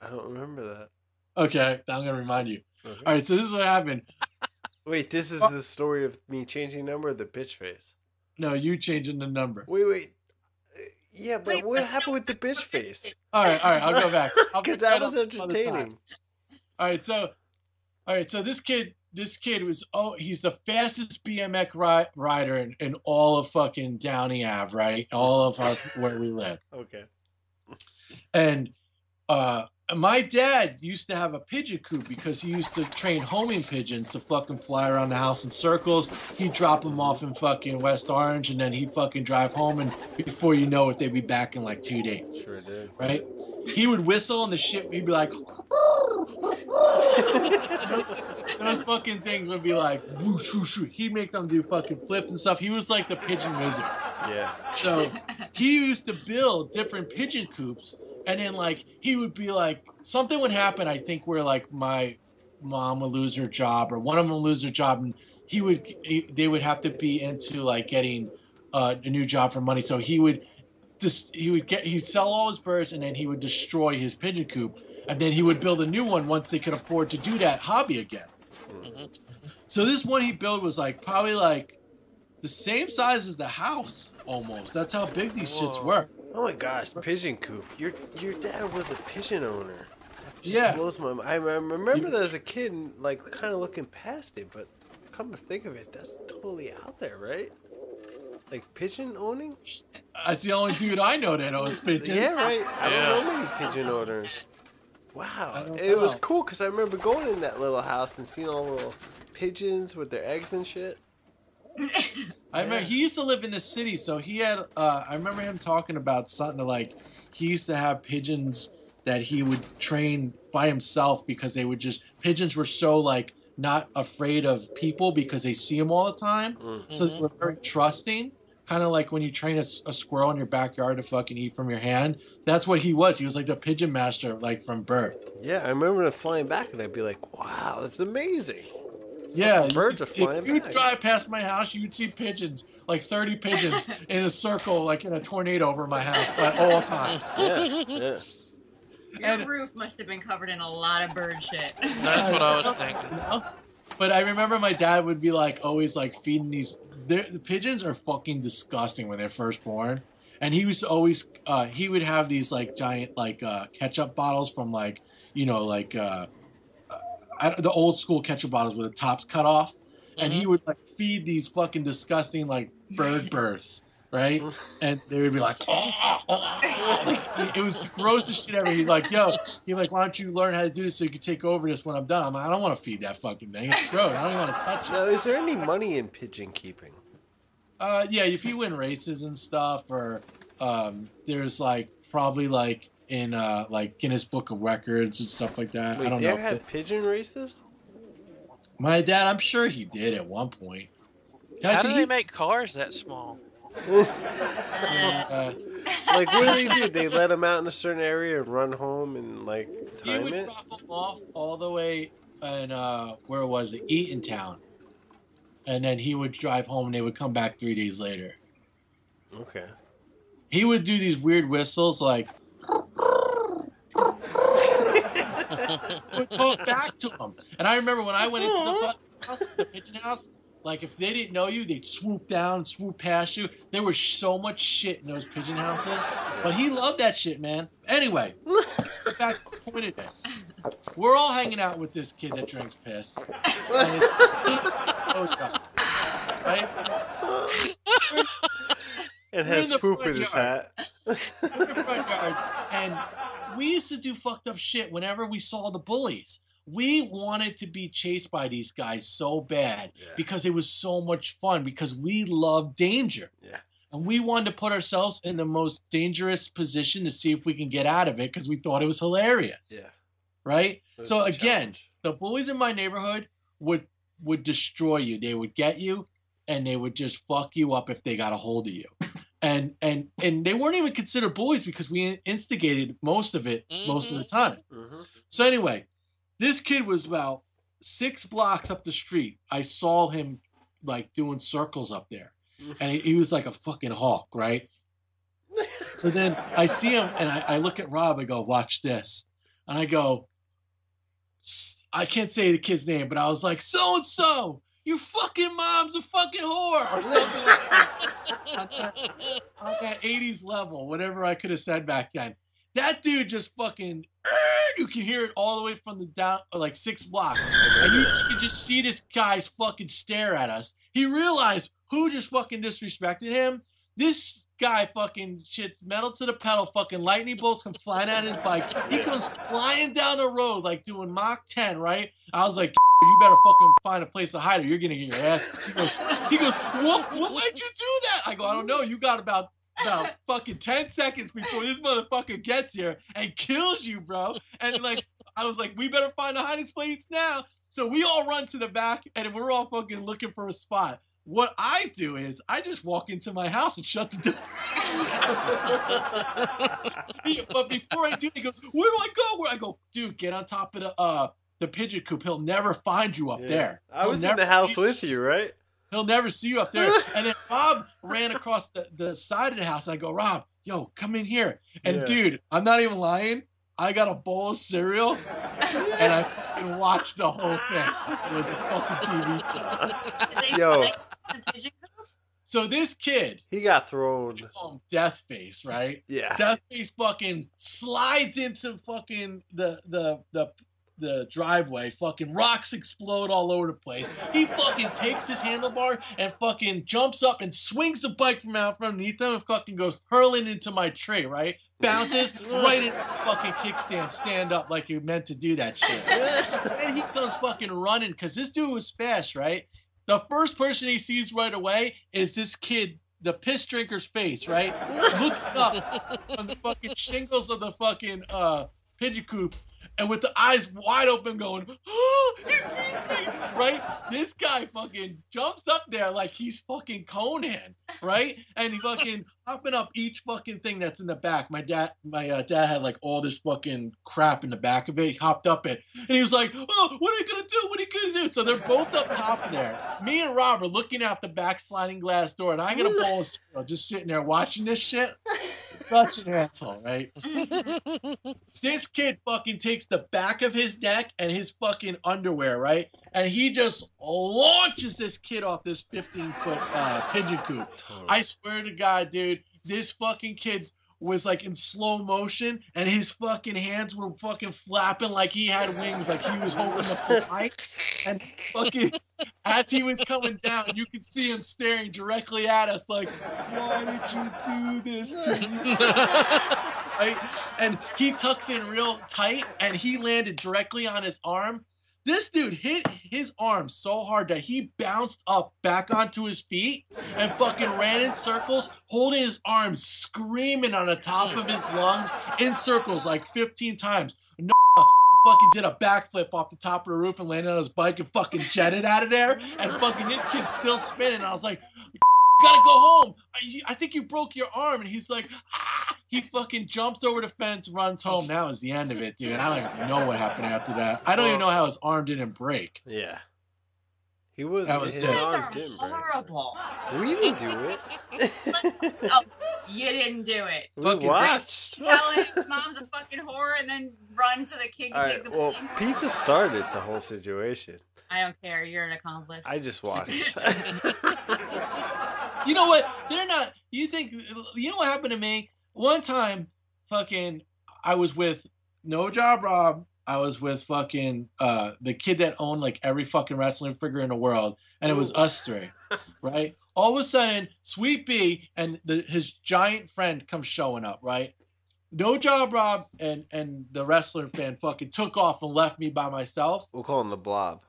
B: I don't remember
A: Okay, I'm gonna remind you.
B: that. Okay.
A: All right, so this is what happened.
B: Wait, this is the story of me changing number or the bitch face?
A: No, you changing the number.
B: Wait, wait. Uh, Yeah, but
D: Wait,
B: what
D: that's
B: happened
D: not
B: with the
D: the
B: bitch
D: bitch
B: face?
D: face.
A: All right, all right, I'll go back. I'll
B: Because
A: pick that
B: that was
A: up another time.
B: entertaining.
A: All right, so, all right, so this kid, this kid was oh, he's the fastest BMX ri- rider in, in all of fucking Downey Ave, right? All of our where we live,
B: Okay.
A: and uh, my dad used to have a pigeon coop because he used to train homing pigeons to fucking fly around the house in circles. He'd drop them off in fucking West Orange, and then he'd fucking drive home, and before you know it, they'd be back in like two days
B: Sure did.
A: right? He would whistle and the shit he'd be like those fucking things would be like whoosh, whoosh, whoosh. he'd make them do fucking flips and stuff. He was like the pigeon wizard.
B: Yeah.
A: So he used to build different pigeon coops and then like he would be like something would happen I think where like my mom would lose her job or one of them would lose their job and he would he, they would have to be into like getting uh, a new job for money so he would just he would get he'd sell all his birds and then he would destroy his pigeon coop and then he would build a new one once they could afford to do that hobby again
C: Mhm.
A: so this one he built was like probably like the same size as the house almost that's how big these shits
C: Whoa.
A: were
B: Oh my gosh, pigeon coop. Your your dad was a pigeon owner. It Just
A: Yeah.
B: blows my mind. I I remember that as a kid, and like kind of looking past it, but come to think of it, that's totally out there, right? Like pigeon owning?
A: that's the only dude i know that owns pigeons
B: Yeah, right. I don't know many pigeon
D: Something like
B: owners.
D: that.
B: Wow,
A: I don't
B: it was
A: know.
B: cool because I remember going in that little house and seeing all the little pigeons with their eggs and shit.
A: I remember
B: Yeah.
A: he used to live in the city, so he had. Uh, I remember him talking about something like he used to have pigeons that he would train by himself because they would just pigeons were so like not afraid of people because they see them all the time,
B: Mm.
C: Mm-hmm.
A: so they were very trusting. Kind of like when you train a, s- a squirrel in your backyard to fucking eat from your hand. That's what he was. He was like the pigeon master, like from birth.
B: Yeah, I remember them flying back, and I'd be like, "Wow, that's amazing."
A: Yeah,
B: Fucking birds
A: if-
B: are flying
A: If you
B: back.
A: drive past my house, you'd see pigeons, like thirty pigeons in a circle, like in a tornado over my house at all times.
B: Yeah, yeah.
D: Your
A: And-
D: roof must have been covered in a lot of bird shit.
C: that's what i was thinking
A: You know? But I remember my dad would be like always like feeding these. they're- The pigeons are fucking disgusting when they're first born, and he was always uh, he would have these like giant like uh, ketchup bottles from like you know like uh, I, the old school ketchup bottles with the tops cut off, and
C: Mm-hmm.
A: he would like feed these fucking disgusting like bird births, right? And they would be like, it was the grossest shit ever. He's like, yo, he like, why don't you learn how to do this so you can take over this when I'm done? I'm like, I don't want to feed that fucking thing. It's gross. I don't want to touch it.
B: Now, is there any money in pigeon keeping?
A: Uh, yeah, if you win races and stuff, or um, there's like probably like in uh like Guinness Book of Records and stuff like that.
B: Wait,
A: I don't know.
B: there
A: if
B: had
A: they-
B: pigeon races?
A: My dad, I'm sure he did at one point. I
C: how do
A: think
C: they
A: he-
C: make cars that small
D: Uh,
A: uh,
B: Like, what do they do? They let them out in a certain area and run home and like
A: he
B: time
A: would
B: it.
A: drop them off all the way in uh, where was it? Eatontown, and then he would drive home, and they would come back three days later.
B: Okay.
A: He would do these weird whistles, like would talk back to him. And I remember when I went into the fucking house, the pigeon house. Like if they didn't know you, they'd swoop down, swoop past you. There was so much shit in those pigeon houses, but he loved that shit, man. Anyway, back to the point of this. We're all hanging out with this kid that drinks piss. And it's- oh, God. Right?
B: and
A: We're in
B: has
A: the
B: poop
A: front
B: in his
A: yard.
B: hat.
A: in the front yard, and we used to do fucked up shit whenever we saw the bullies. we wanted to be chased by these guys so bad
B: Yeah.
A: because it was so much fun because we love danger.
B: Yeah.
A: And we wanted to put ourselves in the most dangerous position to see if we can get out of it because we thought it was hilarious.
B: Yeah.
A: Right?
B: That was
A: So
B: the
A: again,
B: challenge.
A: the bullies in my neighborhood would would destroy you. They would get you and they would just fuck you up if they got a hold of you. And and and they weren't even considered bullies because we instigated most of it most of the time.
B: Mhm.
A: So anyway, this kid was about six blocks up the street. I saw him like doing circles up there, and he, he was like a fucking hawk, right? So then I see him, and I, I look at Rob. I go, "Watch this," and I go, "S- "I can't say the kid's name, but I was like, so and so." Your fucking mom's a fucking whore, or something like on that 80s level, whatever I could have said back then. That dude just fucking, "Err," you can hear it all the way from the down, like six blocks. And you can just see this guy's fucking stare at us. He realized who just fucking disrespected him. This guy fucking shits metal to the pedal, fucking lightning bolts come flying out of his bike. He comes flying down the road like doing Mach 10, right? I was like, you better fucking find a place to hide or you're gonna get your ass. He goes, he goes, what, what? Why'd you do that? I go, I don't know. You got about about fucking 10 seconds before this motherfucker gets here and kills you, bro. And like, I was like, we better find a hiding place now. So we all run to the back and we're all fucking looking for a spot. What I do is I just walk into my house and shut the door. but before I do, he goes, Where do I go? Where I go, dude, get on top of the uh the pigeon coop. He'll never find you up
B: Yeah.
A: there.
B: I
A: He'll
B: was in
A: never
B: the house
A: see-
B: with you, right?
A: He'll never see you up there. And then Bob ran across the, the side of the house. And I go, Rob, yo, come in here. And
B: Yeah.
A: dude, I'm not even lying. I got a bowl of cereal and I fucking watched the whole thing. It was a fucking TV show.
D: Did they
B: Yo.
D: find the pigeon coop?
A: So this kid,
B: He got
A: we
B: thrown.
A: call him Deathface, right?
B: Yeah.
A: Deathface fucking slides into fucking the the the the driveway. Fucking rocks explode all over the place. He fucking takes his handlebar and fucking jumps up and swings the bike from out from underneath him and fucking goes hurling into my tree. Right, bounces right into the fucking kickstand. Stand up like you meant to do that shit. And he comes fucking running because this dude was fast, right? The first person he sees right away is this kid, the piss drinker's face, right? Looking up on the fucking shingles of the fucking uh, pigeon coop and with the eyes wide open going, oh, he sees me, right? This guy fucking jumps up there like he's fucking Conan, right? And he fucking hopping up each fucking thing that's in the back. My dad, my uh, dad had like all this fucking crap in the back of it. He hopped up it and he was like, "Oh, what are you gonna do? What are you gonna do?" So they're both up top there. Me and Rob are looking out the back sliding glass door, and I got a ball of cereal just sitting there watching this shit. Such an asshole, right? This kid fucking takes the back of his neck and his fucking underwear, right? And he just launches this kid off this 15 foot uh, pigeon coop. I swear to God, dude, this fucking kid was like in slow motion, and his fucking hands were fucking flapping like he had wings, like he was hoping to fly. And fucking, as he was coming down, you could see him staring directly at us, like, "Why did you do this to me?" Right? And he tucks in real tight, and he landed directly on his arm. This dude hit his arm so hard that he bounced up back onto his feet and fucking ran in circles, holding his arms, screaming on the top of his lungs in circles like 15 times. No fucking did a backflip off the top of the roof and landed on his bike and fucking jetted out of there. And fucking this kid's still spinning. I was like, gotta go home. I, I think you broke your arm. And he's like, ah! he fucking jumps over the fence, runs home. That was the end of it, dude. I don't even know what happened after that. I don't even know how his arm didn't break.
B: Yeah. He was.
A: That was
B: his
A: it.
D: You guys
B: arm
D: are
B: didn't break.
D: horrible.
B: We didn't do it.
D: You didn't do it.
B: we
A: Fucking
B: watched.
D: Tell him his mom's a fucking whore and then run to the kid to
B: All
D: take
B: right.
D: the
B: Well,
D: blame.
B: pizza started the whole situation.
D: I don't care. You're an accomplice.
B: I just watched.
A: You know what? They're not. You think? You know what happened to me? One time, fucking, I was with No Job Rob. I was with fucking uh, the kid that owned like every fucking wrestling figure in the world, and it was
B: Ooh.
A: us three, right? All of a sudden, Sweet B and the, his giant friend comes showing up, right? No Job Rob and and the wrestler fan fucking took off and left me by myself.
B: We'll call him the Blob.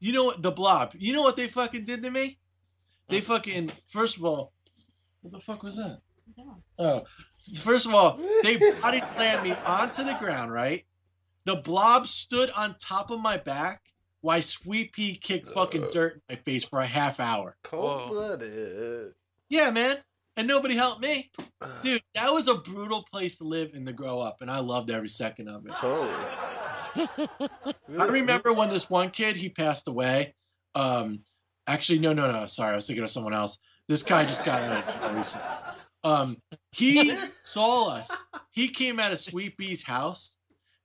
A: You know what? The Blob. You know what they fucking did to me? They fucking first of all, what the fuck was that? Oh, first of all, they body slammed me onto the ground. Right, the Blob stood on top of my back. Why Sweet Pea kicked fucking dirt in my face for a half hour?
B: Cold blooded.
A: Yeah, man, and nobody helped me, dude. That was a brutal place to live and to grow up, and I loved every second of it.
B: Totally.
A: I remember when this one kid he passed away. Um, actually, no, no, no. Sorry, I was thinking of someone else. This guy just got out of jail recently. Um, he saw us. He came out of Sweet Bee's house,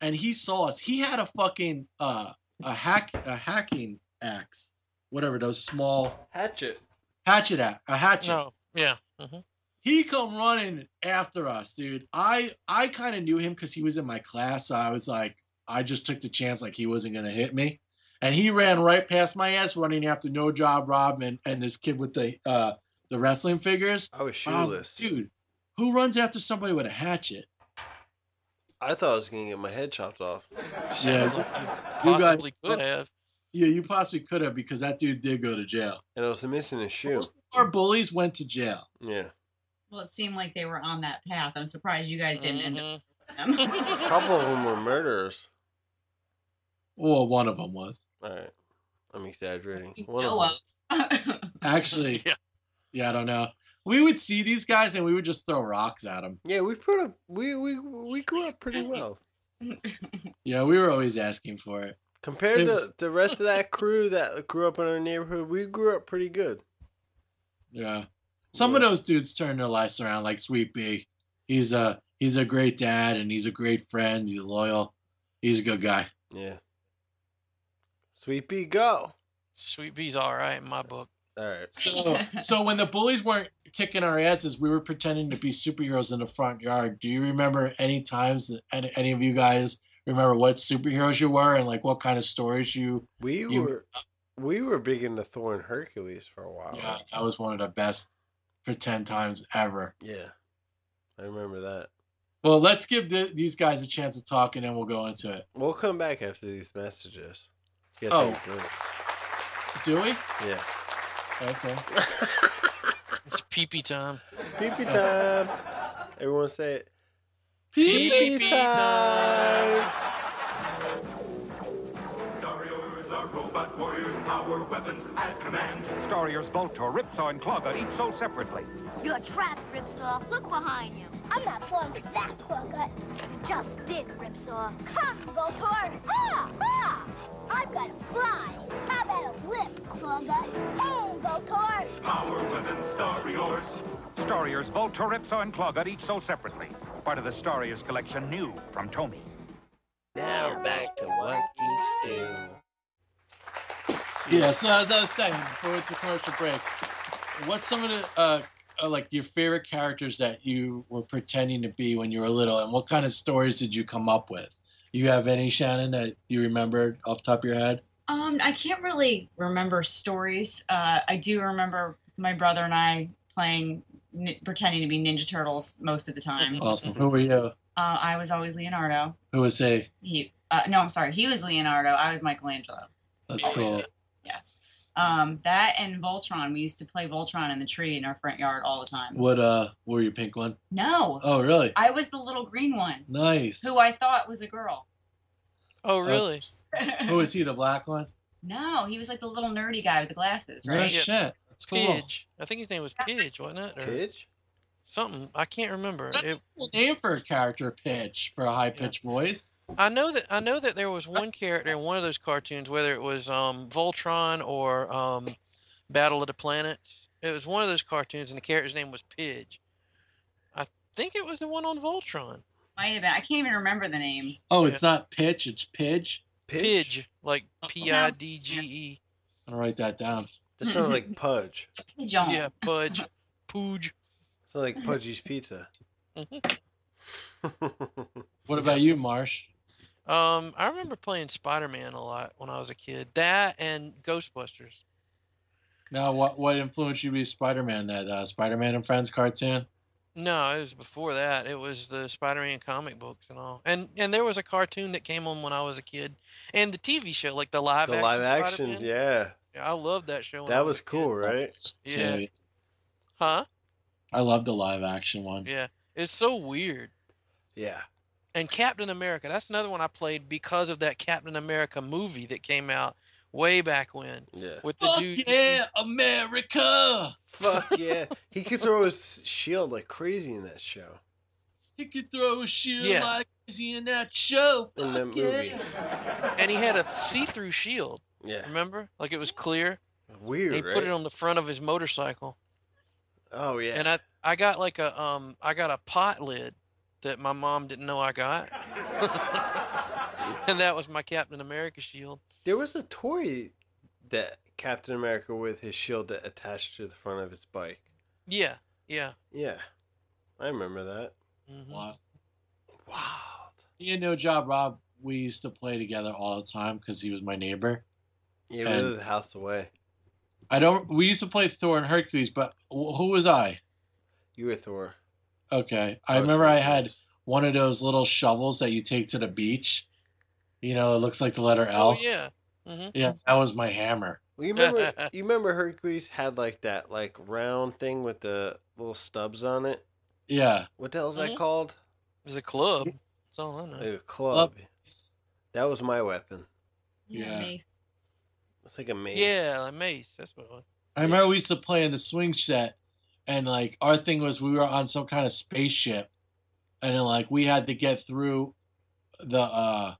A: and he saw us. He had a fucking uh a hack a hacking axe, whatever those small
B: Hatchet.
A: hatchet axe, a hatchet.
C: No. Yeah. mhm.
A: He come running after us, dude. I I kind of knew him because he was in my class. So I was like, I just took the chance, like he wasn't gonna hit me, and he ran right past my ass, running after No Job Rob and, and this kid with the uh the wrestling figures.
B: I was
A: And I was
B: shoeless.
A: like, dude, who runs after somebody with a hatchet?
B: I thought I was gonna get my head chopped off.
C: Sounds like you
A: You guys-
C: possibly could have.
A: Yeah, you possibly could have because that dude did go to jail.
B: And I was missing a shoe.
A: Most of Our bullies went to jail.
B: Yeah.
D: Well, it seemed like they were on that path. I'm surprised you guys didn't end up
C: Mhm.
D: with them.
B: A couple of them were murderers.
A: Well, one of them was
B: Alright. I'm exaggerating.
D: You
B: One of
D: know
B: them.
D: of.
A: actually.
C: Yeah.
A: yeah, I don't know. We would see these guys and we would just throw rocks at them.
B: Yeah, we put up we we we grew up pretty well.
A: Yeah, we were always asking for it.
B: Compared
A: It
B: to
A: was-
B: the rest of that crew that grew up in our neighborhood, we grew up pretty good.
A: Yeah. Some of
B: Yeah.
A: those dudes turned their lives around, like Sweet Bee. He's a he's a great dad and he's a great friend. He's loyal. He's a good guy.
B: Yeah. Sweet pea, go.
C: Sweet Bee's all right in my book.
B: Alright.
A: So so when the bullies weren't kicking our asses, we were pretending to be superheroes in the front yard. Do you remember any times that any, any of you guys remember what superheroes you were and like what kind of stories you?
B: We
A: You-
B: were we were big into Thor and Hercules for a while.
A: Yeah, that was one of the best pretend times ever.
B: Yeah. I remember that.
A: Well, let's give the, these guys a chance to talk and then we'll go into it.
B: We'll come back after these messages. Yeah,
A: Oh.
B: take a break.
A: Do we?
B: Yeah.
A: Okay.
C: It's pee pee time.
B: Pee pee time. Everyone say it.
C: Pee pee time.
E: Dario is a robot warrior, our weapons at command.
F: Starrier's Voltor, Ripsaw, and Clogger, each sold separately.
G: You're trapped, Ripsaw. Look behind you. I'm not falling for that, Quagga. You just did, Ripsaw. Come, Voltor. Ah! Ah! I've got to fly. How about a whip, Quagga? Aim, Voltor.
E: Our weapons, Dario's.
F: Starrier's Voltor, Ripsaw, and Clogger, each sold separately. Part of the Starrier's collection, new from Tomy.
B: Now back to what geeks do.
A: Yeah, so as I was saying before we went to commercial break, what's some of the uh, uh, like your favorite characters that you were pretending to be when you were little, and what kind of stories did you come up with? You have any Shannon that you remember off the top of your head?
D: Um, I can't really remember stories. Uh, I do remember my brother and I playing, ni- pretending to be Ninja Turtles most of the
B: Mm-hmm.
D: time. Uh,
A: Awesome. Who were you?
D: I was always Leonardo.
A: Who was he?
D: He, uh, no, I'm sorry, he was Leonardo. I was Michelangelo.
A: That's cool.
D: Um, that and Voltron. We used to play Voltron in the tree in our front yard all the time.
A: What uh? Were you pink one?
D: No,
A: Oh, really?
D: I was the little green one
A: Nice.
D: who I thought was a girl.
C: Oh, really?
A: Who is he? The black one?
D: No, he was like the little nerdy guy with the glasses,
A: No
D: right?
C: Yeah.
A: shit. That's cool.
C: Pidge. I think his name was Pidge, wasn't it? Or
B: Pitch?
C: something. I can't remember.
A: That's
C: It,
A: a cool name for a character pitch for a high pitched voice.
C: I know that I know that there was one character in one of those cartoons, whether it was um, Voltron or um, Battle of the Planets. It was one of those cartoons, and the character's name was Pidge. I think it was the one on Voltron.
D: Might have been. I can't even remember the name.
A: Oh, it's not pitch. It's pidge.
B: Pitch?
C: Pidge, Oh, like P I D G E.
A: I'll write that down.
B: That sounds like Pudge.
D: Pigeon.
C: Yeah, Pudge, Pooge.
B: Sounds like Pudgy's Pizza.
C: Mm-hmm.
A: What about you, Marsh?
C: Um, I remember playing Spider Man a lot when I was a kid. That and Ghostbusters.
A: Now, what what influenced you to be Spider Man? That uh, Spider Man and Friends cartoon?
C: No, it was before that. It was the Spider-Man comic books and all. And and there was a cartoon that came on when I was a kid, and the TV show, like the live
B: the
C: action.
B: live action,
C: Spider-Man.
B: yeah,
C: Yeah, I loved that show. when I
B: that was
C: a kid.
B: cool, right?
C: Yeah.
A: too.
C: Huh?
A: I love the live action one.
C: Yeah. It's so weird.
B: Yeah,
C: And Captain America, that's another one I played because of that Captain America movie that came out way back when
B: yeah.
C: with the
A: Fuck
C: dude.
A: yeah, America!
B: Fuck yeah, he could throw his shield like crazy in that show,
A: He could throw a shoe
C: Yeah.
A: like crazy in that show.
B: in that
A: Fuck
B: movie.
A: yeah.
C: And he had a see-through shield.
B: Yeah,
C: Remember? Like it was clear.
B: weird,
C: He
B: right?
C: put it on the front of his motorcycle.
B: oh yeah,
C: And I I got like a um I got a pot lid that my mom didn't know I got. and that was my Captain America shield.
B: there was a toy that Captain America with his shield that attached to the front of his bike.
C: Yeah. Yeah.
B: Yeah, I remember that.
C: mhm.
A: Wow.
B: Wow.
A: You know, Job Rob, we used to play together all the time because he was my neighbor.
B: Yeah, we
A: And-
B: lived a house away.
A: I don't. We used to play Thor and Hercules, but wh- who was I?
B: You were Thor.
A: Okay, I
B: was
A: remember I
B: Hercules.
A: had one of those little shovels that you take to the beach. You know, it looks like the letter L.
C: Oh yeah. hmm
A: Yeah, that was my hammer.
B: Well, you remember, you remember Hercules had like that like round thing with the little stubs on it.
A: Yeah.
B: What the hell is
C: Mhm.
B: that called?
C: It was a club. That's all I know.
B: Like a
A: Club.
B: club. That was my weapon.
A: Yeah.
D: Mace.
B: It's like a mace.
C: Yeah, a mace. That's what it was.
A: I remember we used to play in the swing set, and like our thing was we were on some kind of spaceship, and then like we had to get through the uh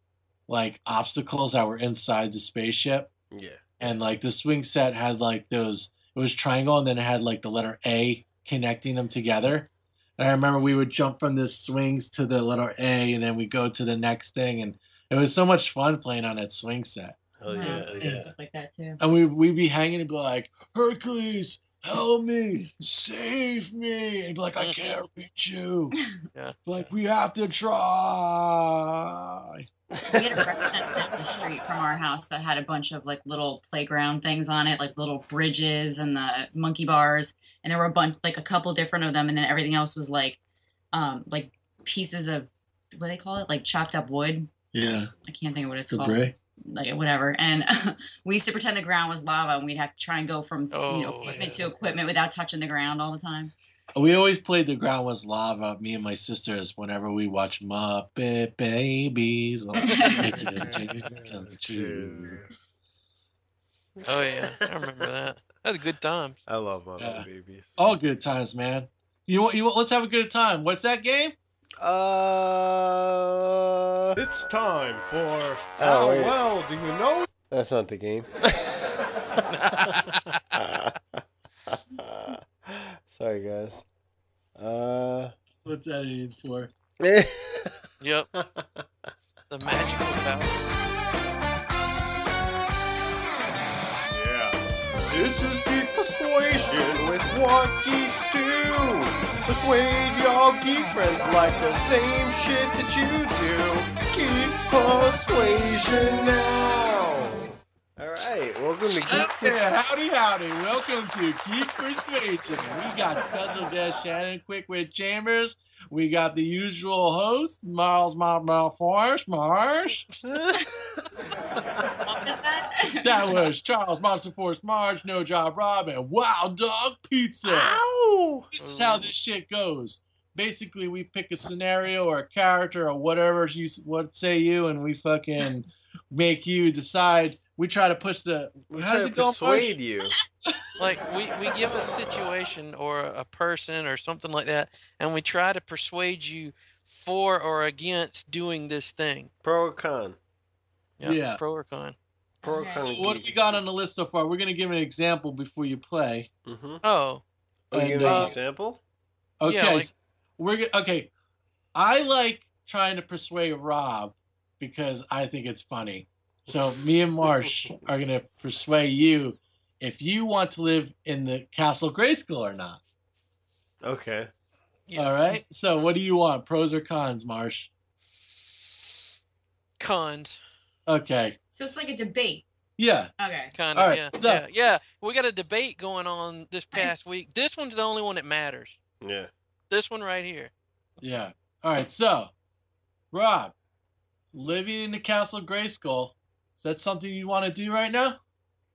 A: like obstacles that were inside the spaceship,
B: Yeah.
A: and like the swing set had like those it was triangle, and then it had like the letter A connecting them together. And I remember we would jump from the swings to the letter A, and then we go to the next thing, and it was so much fun playing on that swing set.
B: Hell
D: Yeah,
B: Oh, yeah.
D: it's
B: hell
D: just
B: yeah.
D: Stuff like that too.
A: and we we'd be hanging and be like, Hercules, help me, save me, and he'd be like, I can't reach you.
C: Mm-hmm. Yeah.
A: Like we have to try.
D: We had a rec center down the street from our house that had a bunch of like little playground things on it, like little bridges and the monkey bars, and there were a bunch, like a couple different of them, and then everything else was like, um, like pieces of what do they call it, like chopped up wood.
A: Yeah,
D: I can't think of what it's called.
A: Debray.
D: like whatever. And we used to pretend the ground was lava, and we'd have to try and go from you know
C: Oh,
D: equipment
C: yeah.
D: to equipment without touching the ground all the time.
A: We always played the ground was lava. Me and my sisters, whenever we watched Muppet Babies. Well,
C: Oh yeah, I remember that. That's a good time.
B: I love my
A: Yeah. Oh.
B: babies.
A: All good times, man. You want you want, let's have a good time. What's that game?
B: Uh,
H: It's time for
B: Oh,
H: How
B: wait.
H: Well Do You Know
B: that's not the game. Sorry, guys. Uh,
A: That's what's editing for.
C: Yep. The magical power.
H: Yeah. This is Geek Persuasion with What Geeks Do. Persuade your geek friends like the same shit that you do. Geek Persuasion now.
B: all right. Welcome to Geek.
A: Yeah, howdy, howdy. Welcome to Keep Persuasion. We got special guest Shannon Quickwood Chambers. We got the usual host, Miles Miles Forrest Marsh.
D: What was that?
A: That was Charles Monster Force Marsh, No Job Rob, and Wild Dog Pizza.
B: Ow!
A: This is how this shit goes. Basically, we pick a scenario or a character or whatever you what say you, and we fucking make you decide. We try to push the.
B: We
A: How's
B: try to
A: it going, Marsh?
B: persuade you.
C: Like we we give a situation or a person or something like that, and we try to persuade you for or against doing this thing.
B: Pro or con?
A: Yeah.
C: Pro or con.
B: Pro or
D: Okay.
B: con?
A: What do we got on the list so far? We're gonna give an example before you play.
H: Uh,
B: Mm-hmm.
C: Oh,
B: Oh, you
A: And,
B: gonna make an
A: uh,
B: example?
A: Okay,
C: Yeah, like-
A: so we're go- okay. I like trying to persuade Rob because I think it's funny. So me and Marsh are gonna persuade you if you want to live in the Castle Grayskull or not.
B: Okay.
C: Yeah.
A: All right. So what do you want, pros or cons, Marsh?
C: cons.
A: Okay.
D: so it's like a debate.
A: Yeah.
D: Okay.
C: Kind
A: All
C: of.
A: right,
C: yeah.
A: so-
C: yeah. Yeah. We got a debate going on this past week. This one's the only one that matters.
B: Yeah.
C: this one right here.
A: Yeah. All right. So, Rob, living in the castle of Grayskull, is that something you want to do right now?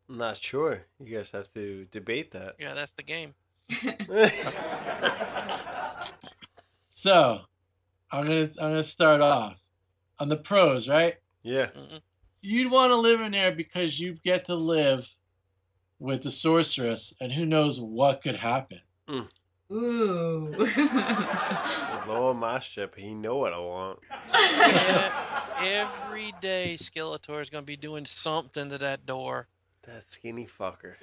B: I'm not sure. You guys have to debate that.
C: Yeah, that's the game.
A: So, I'm gonna I'm gonna start off on the pros, right?
B: yeah.
C: Mhm.
A: You'd want to live in there because you get to live with the sorceress, and who knows what could happen.
D: Ooh.
B: Lower my ship. He know what I want.
C: Yeah, E-, every day Skeletor is gonna be doing something to that door.
B: That skinny fucker.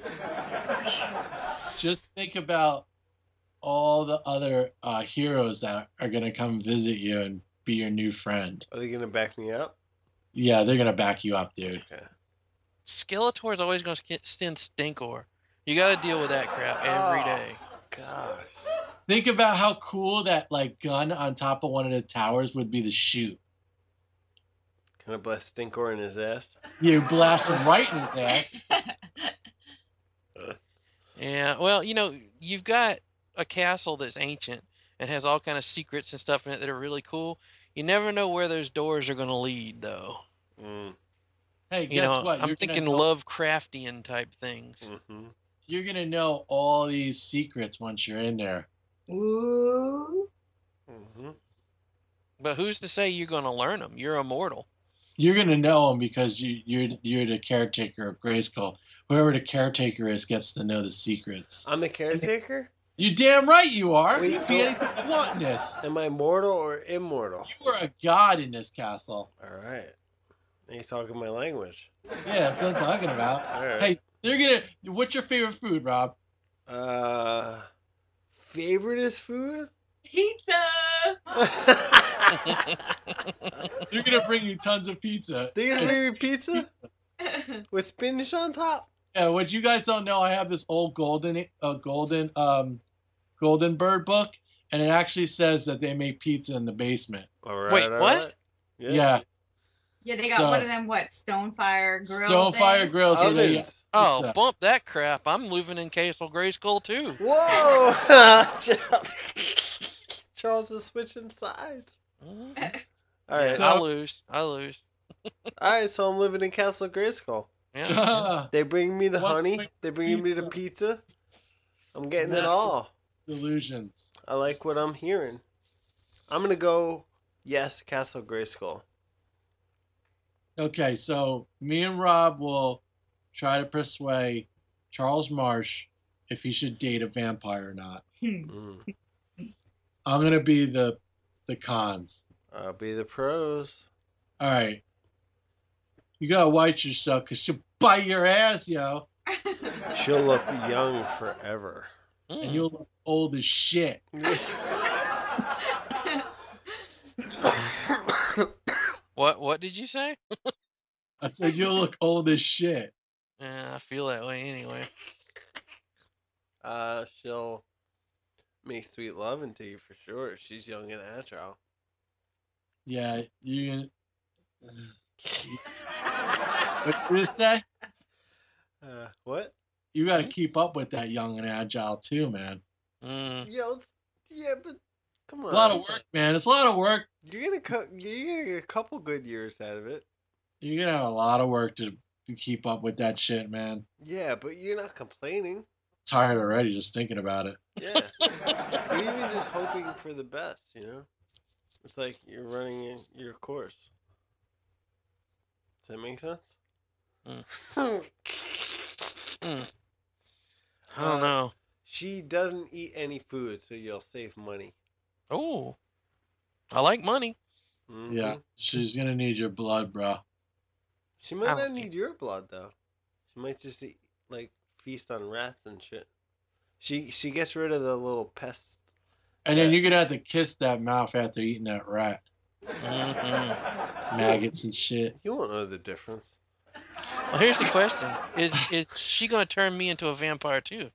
A: Just think about all the other uh, heroes that are gonna come visit you and be your new friend.
B: Are they gonna back me up?
A: Yeah, they're gonna back you up, dude.
B: Okay.
C: Skeletor is always gonna sk- send Stinkor. You gotta deal with that crap every
A: Ah.
C: day.
B: Gosh.
A: Think about how cool that like gun on top of one of the towers would be to shoot.
B: Can I blast Stinkor in his ass?
A: You blast him right in his ass.
C: Yeah, well, you know, you've got a castle that's ancient and has all kind of secrets and stuff in it that are really cool. You never know where those doors are gonna lead, though.
B: Mm.
A: Hey, guess
C: You know,
A: what?
C: I'm
A: You're gonna
C: thinking
A: know- Mm.
C: Lovecraftian type things.
B: hmm
A: You're gonna know all these secrets once you're in there.
D: Ooh.
B: hmm
C: But who's to say you're gonna learn them? You're immortal.
A: You're gonna know them because you, you're you're the caretaker of Grayskull. Whoever the caretaker is gets to know the secrets.
B: I'm the caretaker?
A: You damn right you are.
B: Uh, Wait,
A: you
B: so-
A: be anything you want in this.
B: Am I mortal or immortal?
A: You are a god in this castle.
B: Alright. Now you're talking my language.
A: Yeah, that's what I'm talking about.
B: Alright.
A: Hey, they're gonna. What's your favorite food, Rob?
B: Uh favorite is food?
D: Pizza.
A: They're gonna bring you tons of pizza.
B: they gonna bring me pizza?
D: Ooh.
B: With spinach on top?
A: Yeah, what you guys don't know, I have this old golden, uh, golden, um, golden bird book, and it actually says that they make pizza in the basement.
B: Alright.
C: Wait, what?
A: Yeah,
D: yeah, they got
A: So-
D: one of them. What Stonefire grill?
A: Stonefire
D: things?
A: grills. where they-
B: Ovens.
C: Oh,
A: Pizza.
C: bump that crap. I'm living in Castle Grayskull too.
B: Whoa! Charles- Charles is switching sides.
C: Mhm.
B: All right,
C: I lose. I lose.
B: all right. So I'm living in Castle Grayskull.
C: Yeah.
B: They bring me the
A: What
B: honey.
A: quick
B: They bring me the pizza. I'm getting it
A: Massive.
B: all.
A: Delusions.
B: I like what I'm hearing. I'm gonna go. Yes, Castle Grayskull.
A: Okay, so me and Rob will try to persuade Charles Marsh if he should date a vampire or not.
D: Hmm.
B: Mm.
A: I'm gonna be the, the cons.
B: I'll be the pros.
A: All right. You gotta watch yourself because she'll bite your ass, yo.
B: She'll look young forever.
A: And
C: Mm.
A: you'll look old as shit.
C: What what did you say?
A: I said, you'll look old as shit.
C: Yeah, I feel that way anyway.
B: Uh, she'll make sweet love into you for sure. She's young and agile.
A: Yeah, you. What did you say?
B: Uh, what?
A: You
B: Mm-hmm.
A: gotta keep up with that young and agile too, man.
C: Mm.
B: Yo, it's, yeah, but come
A: A
B: on.
A: lot of work, man. It's a lot of work.
B: You're gonna co- you're gonna get a couple good years out of it.
A: You're gonna have a lot of work to, to keep up with that shit, man.
B: Yeah, but you're not complaining.
A: Tired already just thinking about it.
B: Yeah, you're even just hoping for the best. You know, it's like you're running in your course. Does that make sense?
C: Mm. I don't know.
B: She doesn't eat any food, so you'll save money.
C: Oh, I like money.
A: Yeah,
B: Mhm.
A: she's gonna need your blood, bro.
B: She might not
C: I would
B: need
C: eat-
B: your blood though. She might just eat, like feast on rats and shit. She she gets rid of the little pests.
A: And then you're gonna have to kiss that mouth after eating that rat,
C: Mhm.
A: maggots and shit.
B: You won't know the difference.
C: Well, here's the question: Is is she gonna turn me into a vampire too?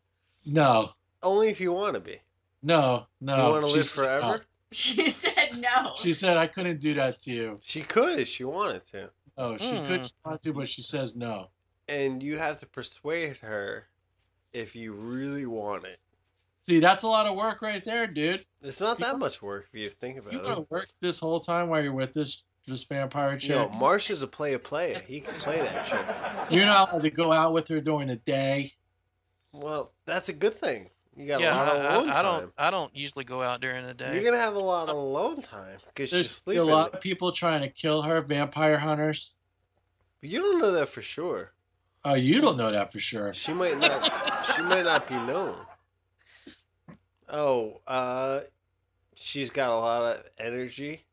A: No,
B: Only if you want to be.
A: no, no.
B: Do you want to
A: She
B: live
A: said
B: forever?
A: no.
D: she said no.
A: She said I couldn't do that to you.
B: She could if she wanted to.
A: Oh, she could
B: Hmm.
C: Mm.
A: she want to, but she says no.
B: And you have to persuade her if you really want it.
A: See, that's a lot of work right there, dude.
B: It's not that much work if you think about
A: You
B: it.
A: gotta work this whole time while you're with this this vampire chick.
B: Yo, Marsh is a player player. He can play that shit.
A: You're not allowed to go out with her during the day.
B: Well, that's a good thing. You got
C: yeah,
B: a lot
C: I,
B: of alone
C: I- I
B: time.
C: don't. I don't usually go out during the day.
B: You're gonna have a lot of alone time because she's
A: There's
B: sleeping.
A: a lot of people trying to kill her, vampire hunters.
B: You don't know that for sure.
A: Oh, you don't know that for sure.
B: She might not. she might not be known. Oh, uh, she's got a lot of energy.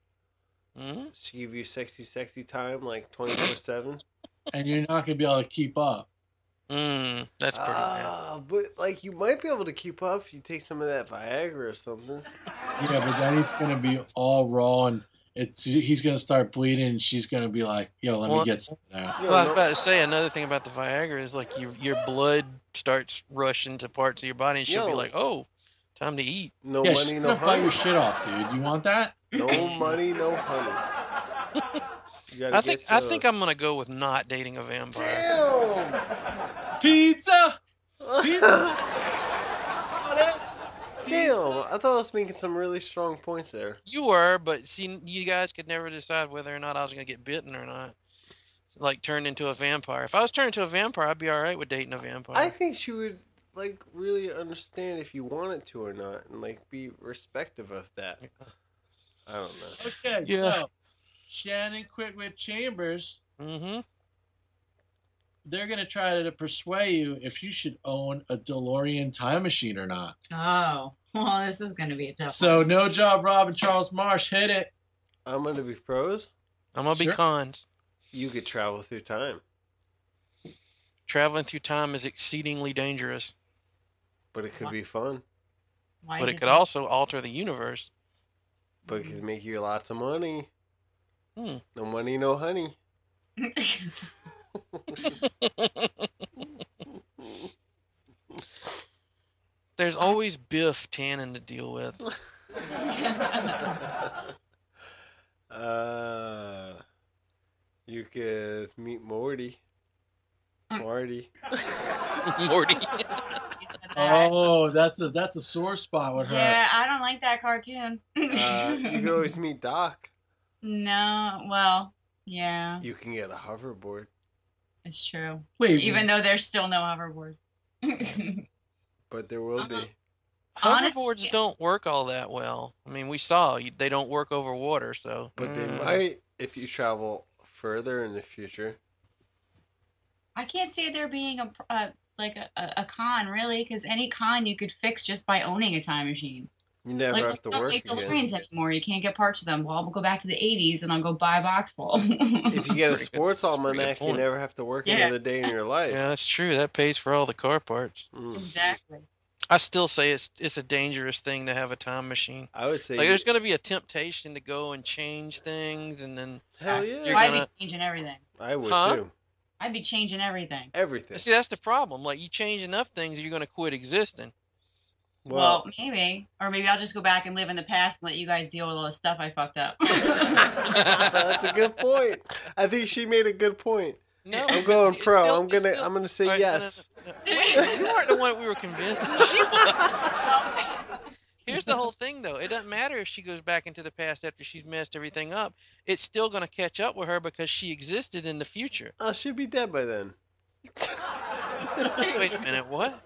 C: Mhm.
B: She give you sexy, sexy time like twenty four seven.
A: And you're not gonna be able to keep up.
C: Mm, that's pretty bad.
B: Ah, but like you might be able to keep up if you take some of that Viagra or something.
A: Yeah, but then he's gonna be all raw and it's he's gonna start bleeding and she's gonna be like, yo, let me
C: Well-
A: get something out.
B: You
C: Well, I was
B: know-
C: about to say another thing about the Viagra is like your your blood starts rushing to parts of your body, and she'll be
B: Yo.
C: like, "Oh, time to eat."
B: no
A: yeah,
B: money,
A: she's
B: no
A: gonna bite
B: honey.
A: your shit off, dude. You want that?
B: No money, no honey. You gotta
C: I think
B: get
C: I
B: those.
C: think I'm gonna go with not dating a vampire.
B: Damn!
A: Pizza!
B: Damn! I thought I was making some really strong points there.
C: You were, but see, you guys could never decide whether or not I was gonna get bitten or not. Like turned into a vampire. If I was turned into a vampire, I'd be all right with dating a vampire.
B: I think she would like really understand if you wanted to or not, and like be respective of that. I don't know.
A: Okay,
C: Yeah.
A: so Shannon quit with Chambers.
C: Mm-hmm.
A: They're gonna try to persuade you if you should own a DeLorean time machine or not.
D: Oh, well, this is going to be a tough
A: So no job, Rob and Charles Marsh hit it.
B: I'm gonna be pros.
C: I'm gonna be
A: Sure.
C: cons.
B: You could travel through time,
C: Traveling through time is exceedingly dangerous,
B: but it could be fun.
D: one. Why
C: but
D: is
C: it could also alter the universe.
B: But it could make you lots of money.
C: Hmm.
B: No money, no honey.
C: There's always Biff Tannen to deal with.
B: uh, you could meet Morty. Morty.
C: Morty.
D: You said that.
A: Oh, that's a that's a sore spot with her.
D: yeah, I don't like that cartoon.
B: Uh, you could always meet Doc.
D: no, well, yeah,
B: You can get a hoverboard.
D: it's true.
A: Wait,
D: Even though there's still no hoverboards.
B: But there will
C: Uh-huh.
B: be.
D: Honestly-
C: Hoverboards don't work all that well. I mean, we saw you- they don't work over water, so.
B: But they
C: Mm.
B: might if you travel further in the future.
D: I can't say there being a pr- uh, like a, a, a con really, because any con you could fix just by owning a time machine.
B: You never
D: like
B: have
D: we
B: to
D: don't
B: work
D: make
B: again.
D: DeLoreans anymore. You can't get parts of them. Well, I'll go back to the '80s and I'll go buy a box full.
B: If you get a
C: Pretty good-
B: sports
C: that's a pretty good
B: almanac, you
C: point.
B: never have to work
D: Yeah.
B: another day in your life.
C: Yeah, that's true. That pays for all the car parts.
B: Mm.
D: exactly.
C: I still say it's it's a dangerous thing to have a time machine.
B: I would say,
C: Like, there's going to be a temptation to go and change things, and then
B: hell
C: You're
B: yeah,
D: I'd
C: gonna-
D: be changing everything.
B: I would
C: Huh?
B: too.
D: I'd be changing everything.
B: Everything.
C: see that's the problem. Like, you change enough things, you're going to quit existing.
D: Well,
B: Well,
D: maybe, or maybe I'll just go back and live in the past and let you guys deal with all the stuff I fucked up.
B: Oh. that's a good point. I think she made a good point.
C: No,
B: I'm
C: but
B: going
C: it's
B: pro.
C: still-
B: I'm
C: it's
B: gonna.
C: still-
B: I'm gonna say
C: All right, no, no,
B: yes.
C: no, no. Wait, you aren't the one we were convinced. She was. Here's the whole thing, though. It doesn't matter if she goes back into the past after she's messed everything up. It's still going to catch up with her because she existed in the future.
B: Oh, she'd be dead by then.
C: Wait a minute, what?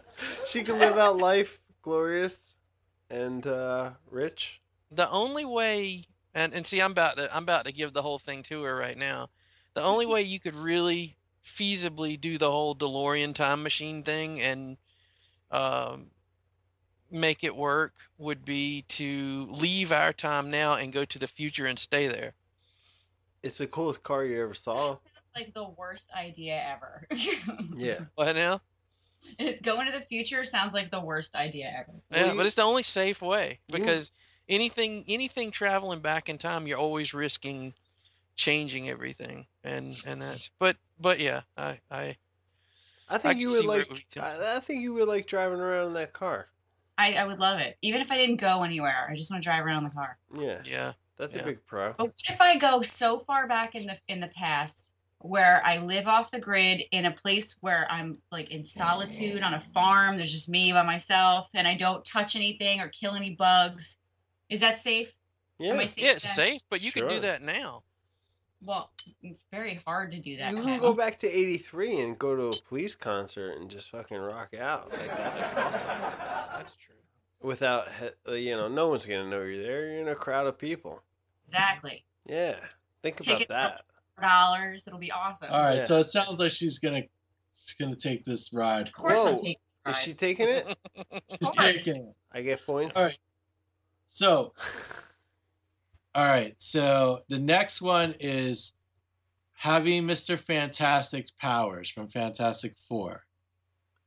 B: She can live out life glorious and uh, rich.
C: The only way, and, and see, I'm about to I'm about to give the whole thing to her right now. The only way you could really feasibly do the whole DeLorean time machine thing and um, make it work would be to leave our time now and go to the future and stay there.
B: It's the coolest car you ever
D: That
B: saw.
D: sounds like the worst idea ever.
B: Yeah.
C: What now?
D: Going to the future sounds like the worst idea ever.
B: Well,
C: yeah,
B: you-
C: but it's the only safe way
B: You-
C: because anything anything traveling back in time, you're always risking changing everything, and and that's but but yeah, I I
B: I think
C: can
B: you would
C: see where it
B: like.
C: would be tempting.
B: I, I think you would like driving around in that car.
D: I, I would love it. Even if I didn't go anywhere, I just want to drive around in the car.
B: Yeah,
C: yeah
B: that's
C: Yeah. Oh,
B: a big pro.
D: But what if I go so far back in the in the past where I live off the grid in a place where I'm like in solitude on a farm. There's just me by myself, and I don't touch anything or kill any bugs. Is that safe? Am I
B: Yeah.
D: safe
C: Yeah, it's
D: with that?
C: safe, but you can
B: Sure.
C: do that now.
D: Well, it's very hard to do that.
B: You
D: now.
B: can go back to 83 and go to a police concert and just fucking rock out. Like, that's awesome.
C: That's true.
B: Without, he- uh, you know, no one's going to know you're there. You're in a crowd of people.
D: Exactly.
B: Yeah. Think about
D: Tickets
B: that.
D: Dollars. It'll be awesome.
A: All right,
B: Yeah.
A: so it sounds like she's gonna she's gonna take this ride.
D: Of course, I'm
B: Whoa.
D: taking. a ride.
B: Is she taking it?
A: She's
D: Of course.
A: taking it.
B: I get points.
A: All right. So, all right. So the next one is having Mister Fantastic's powers from Fantastic Four.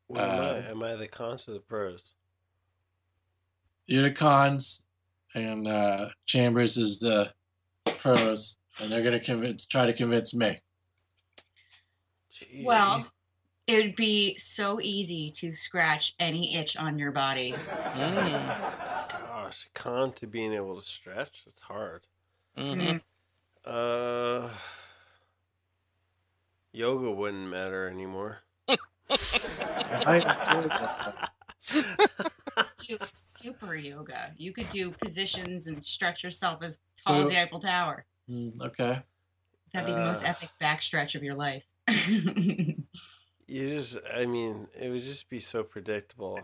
B: What am,
A: Uh,
B: I? am I the cons or the pros?
A: You're the cons, and uh, Chambers is the pros, and they're gonna convince try to convince me.
B: Jeez.
D: Well, it would be so easy to scratch any itch on your body.
A: Mm-hmm.
C: Mm.
B: Gosh, con to being able to stretch. It's hard.
A: Mm-hmm.
C: Mhm.
B: Uh, yoga wouldn't matter anymore.
A: I-
D: Do super yoga. You could do positions and stretch yourself as tall as
A: Well-
D: the Eiffel Tower.
A: Mm, okay.
D: That'd be the most
B: Uh.
D: epic backstretch of your life. That's
B: You just, I mean, it would just be so predictable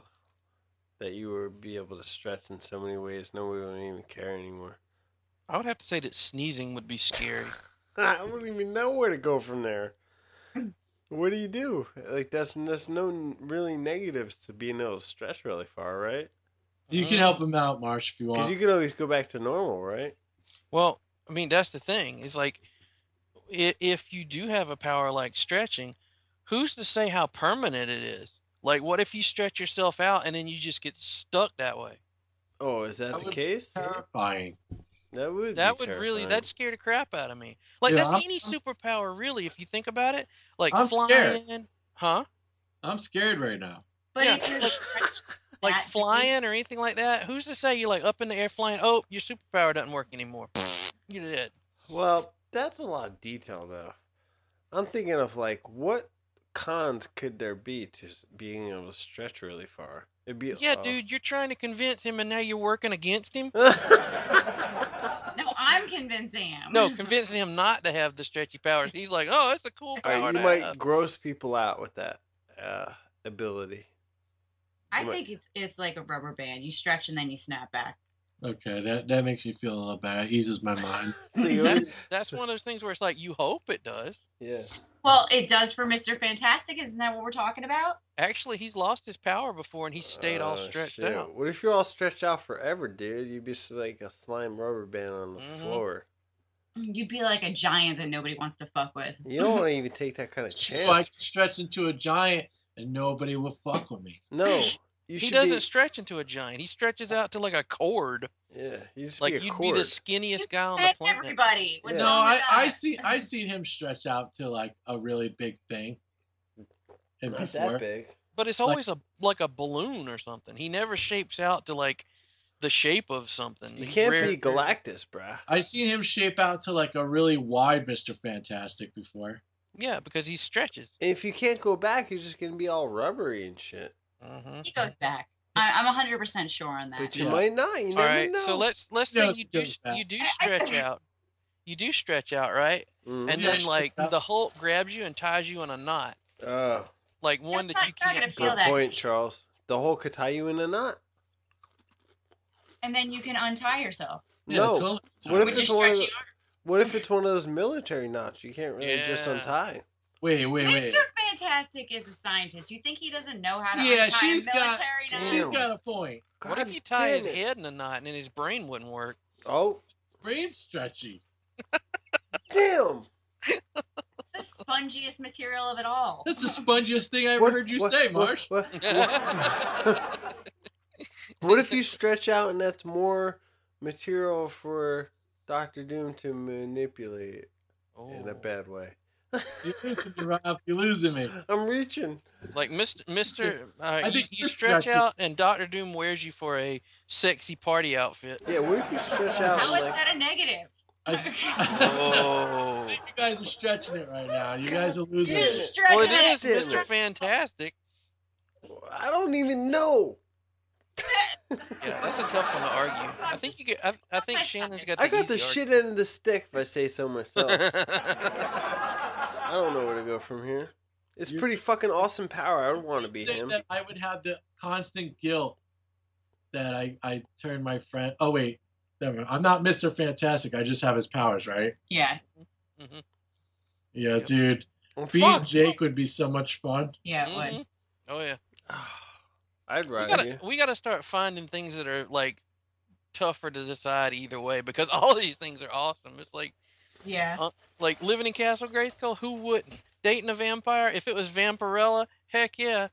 B: that you would be able to stretch in so many ways. Nobody would even care anymore.
C: I would have to say that sneezing would be scary.
B: I don't even know where to go from there. What do you do? Like, that's there's no n- really negatives to being able to stretch really far, right?
A: You can
C: Mm.
A: help him out, Marsh, if you
B: Because
A: want.
B: Uh, you can always go back to normal, right?
C: Well, I mean, that's the thing. Is like, i- if you do have a power like stretching, who's to say how permanent it is? Like, what if you stretch yourself out and then you just get stuck that way?
B: Oh, is
A: That
B: that the
A: would be
B: case?
A: Terrifying.
B: That would.
C: uh, That
B: be
C: would really
B: terrifying.
C: that scared the crap out of me. Like
A: Yeah,
C: that's
A: I'm-
C: any superpower, really, if you think about it. Like
A: I'm
C: flying,
A: scared.
C: huh?
A: I'm scared right now.
D: But
C: Yeah.
D: if you're stretched
C: Like
D: that big,
C: flying or anything like that. Who's to say you're like up in the air flying? Oh, your superpower doesn't work anymore. You're dead.
B: Well, that's a lot of detail, though. I'm thinking of like what cons could there be to s- being able to stretch really far? It'd be
C: Yeah,
B: oh.
C: dude, you're trying to convince him, and now you're working against him.
D: No, I'm convincing him.
C: No, convincing him not to have the stretchy powers. He's like, oh, that's a cool
B: All
C: power.
B: right, Uh, you
C: to uh,
B: might
C: have."
B: gross people out with that uh, ability.
D: I think it's it's like a rubber band. You stretch and then you snap back.
A: Okay, that that makes me feel a little better. It eases my mind.
B: So you always,
C: That's that's
B: so-
C: one of those things where it's like you hope it does.
B: yeah.
D: Well, it does for Mr. Fantastic. Isn't that what we're talking about?
C: Actually, he's lost his power before, and he stayed all
B: Oh,
C: stretched
B: shoot.
C: out.
B: What if you're all stretched out forever, dude? You'd be s- like a slime rubber band on the
C: Mhm.
B: floor.
D: You'd be like a giant that nobody wants to fuck with.
B: You don't want to even take that kind of
A: So I
B: chance.
A: can stretch into a giant and nobody will fuck with me.
B: No, you
C: He
B: should
C: doesn't
B: Be,
C: stretch into a giant. He stretches out to like a cord.
B: yeah, you just
C: Like
B: be a
C: you'd
B: cord.
C: be the skinniest guy on the
D: Hey,
C: planet.
D: everybody. What's
B: Yeah.
A: No,
D: wrong
A: I
D: with
A: I
D: us?
A: see I seen him stretch out to like a really big thing. And
B: Not
A: before,
B: that big.
C: But it's always a like a balloon or something. He never shapes out to like the shape of something.
B: You
C: He
B: can't
C: rare-
B: be Galactus, bruh.
A: I seen him shape out to like a really wide Mister Fantastic before.
C: Yeah, because he stretches.
B: If you can't go back, you're just gonna be all rubbery and shit.
C: Mhm.
D: He goes back. I, I'm 100 percent sure on that.
B: But you
A: Yeah.
B: might not. You
C: All
B: never
C: right,
B: know.
C: so let's let's
A: No,
C: say
A: it's
C: you do
A: just
C: s-
A: that.
C: you do stretch out. You do stretch out, right?
B: Mhm.
C: And
A: Yeah,
C: then
A: sure.
C: like the Hulk grabs you and ties you in a knot,
B: oh,
C: like one
D: That's
C: that
D: not-
C: you
D: you're not gonna
C: can't.
D: feel
B: good
D: that.
B: point, Charles. The whole could tie you in a knot.
D: and then you can untie yourself.
B: no.
A: totally.
B: What if
D: Would
B: it's
D: you
B: one of
D: stretch your
B: the- What if it's one of those military knots? You can't really just
C: Yeah.
B: untie.
A: Wait, wait,
D: arms?
A: wait.
D: Mr. Fantastic is a scientist. You think he doesn't know how to
A: Yeah,
D: untie
A: she's
D: a
A: got-
D: military
B: Damn.
D: knot?
A: She's got a point.
C: What if
B: God
C: you tie his
B: damn it.
C: head in a knot and then his brain wouldn't work?
B: Oh,
A: Brain stretchy.
B: damn!
D: It's the spongiest material of it all.
A: That's the spongiest thing I ever
B: What-
A: heard you
B: what-
A: say,
B: what-
A: Marsh.
B: What, what- what if you stretch out and that's more material for Doctor Doom to manipulate in a
C: Oh.
B: bad way?
A: You're losing me, Rob. You're losing me.
B: I'm reaching.
C: Like Mr. Mr. Uh, you,
A: think
C: you
A: you're
C: stretch
A: stretching.
C: out and Doctor Doom wears you for a sexy party outfit.
B: Yeah, what if you stretch out?
D: How
B: and,
D: is
B: like,
D: that a negative?
A: I, I
C: Oh.
A: think you guys are stretching it right now. You guys are losing
D: Dude,
A: it.
D: stretch
C: well, it
D: it.
C: is
B: Didn't
C: Mr.
B: it?
C: Fantastic.
B: I don't even know.
C: Yeah, that's a tough one to argue. I think you get. I, I think Shannon's got. The
B: I got the
C: easy
B: shit end of the stick if I say so myself.
C: argument.
B: I don't know where to go from here. It's
A: You-
B: pretty fucking awesome power. I would want to
A: You'd
B: be
A: say
B: him.
A: That I would have the constant guilt that I I turned my friend. Oh wait, never mind. I'm not Mr. Fantastic. I just have his powers, right?
D: Yeah,
C: Mhm,
A: Yeah,
C: Yep.
A: dude.
B: I'm
A: Being
B: fucked.
A: Jake would be so much fun.
D: yeah, it would.
C: mhm. Oh yeah.
B: Ah, I'd
C: We
B: ride you.
C: gotta, we gotta start finding things that are like tougher to decide either way because all these things are awesome. It's like
D: Yeah.
C: like living in Castle Grayskull. Who wouldn't dating a vampire? If it was Vampirella, heck yeah.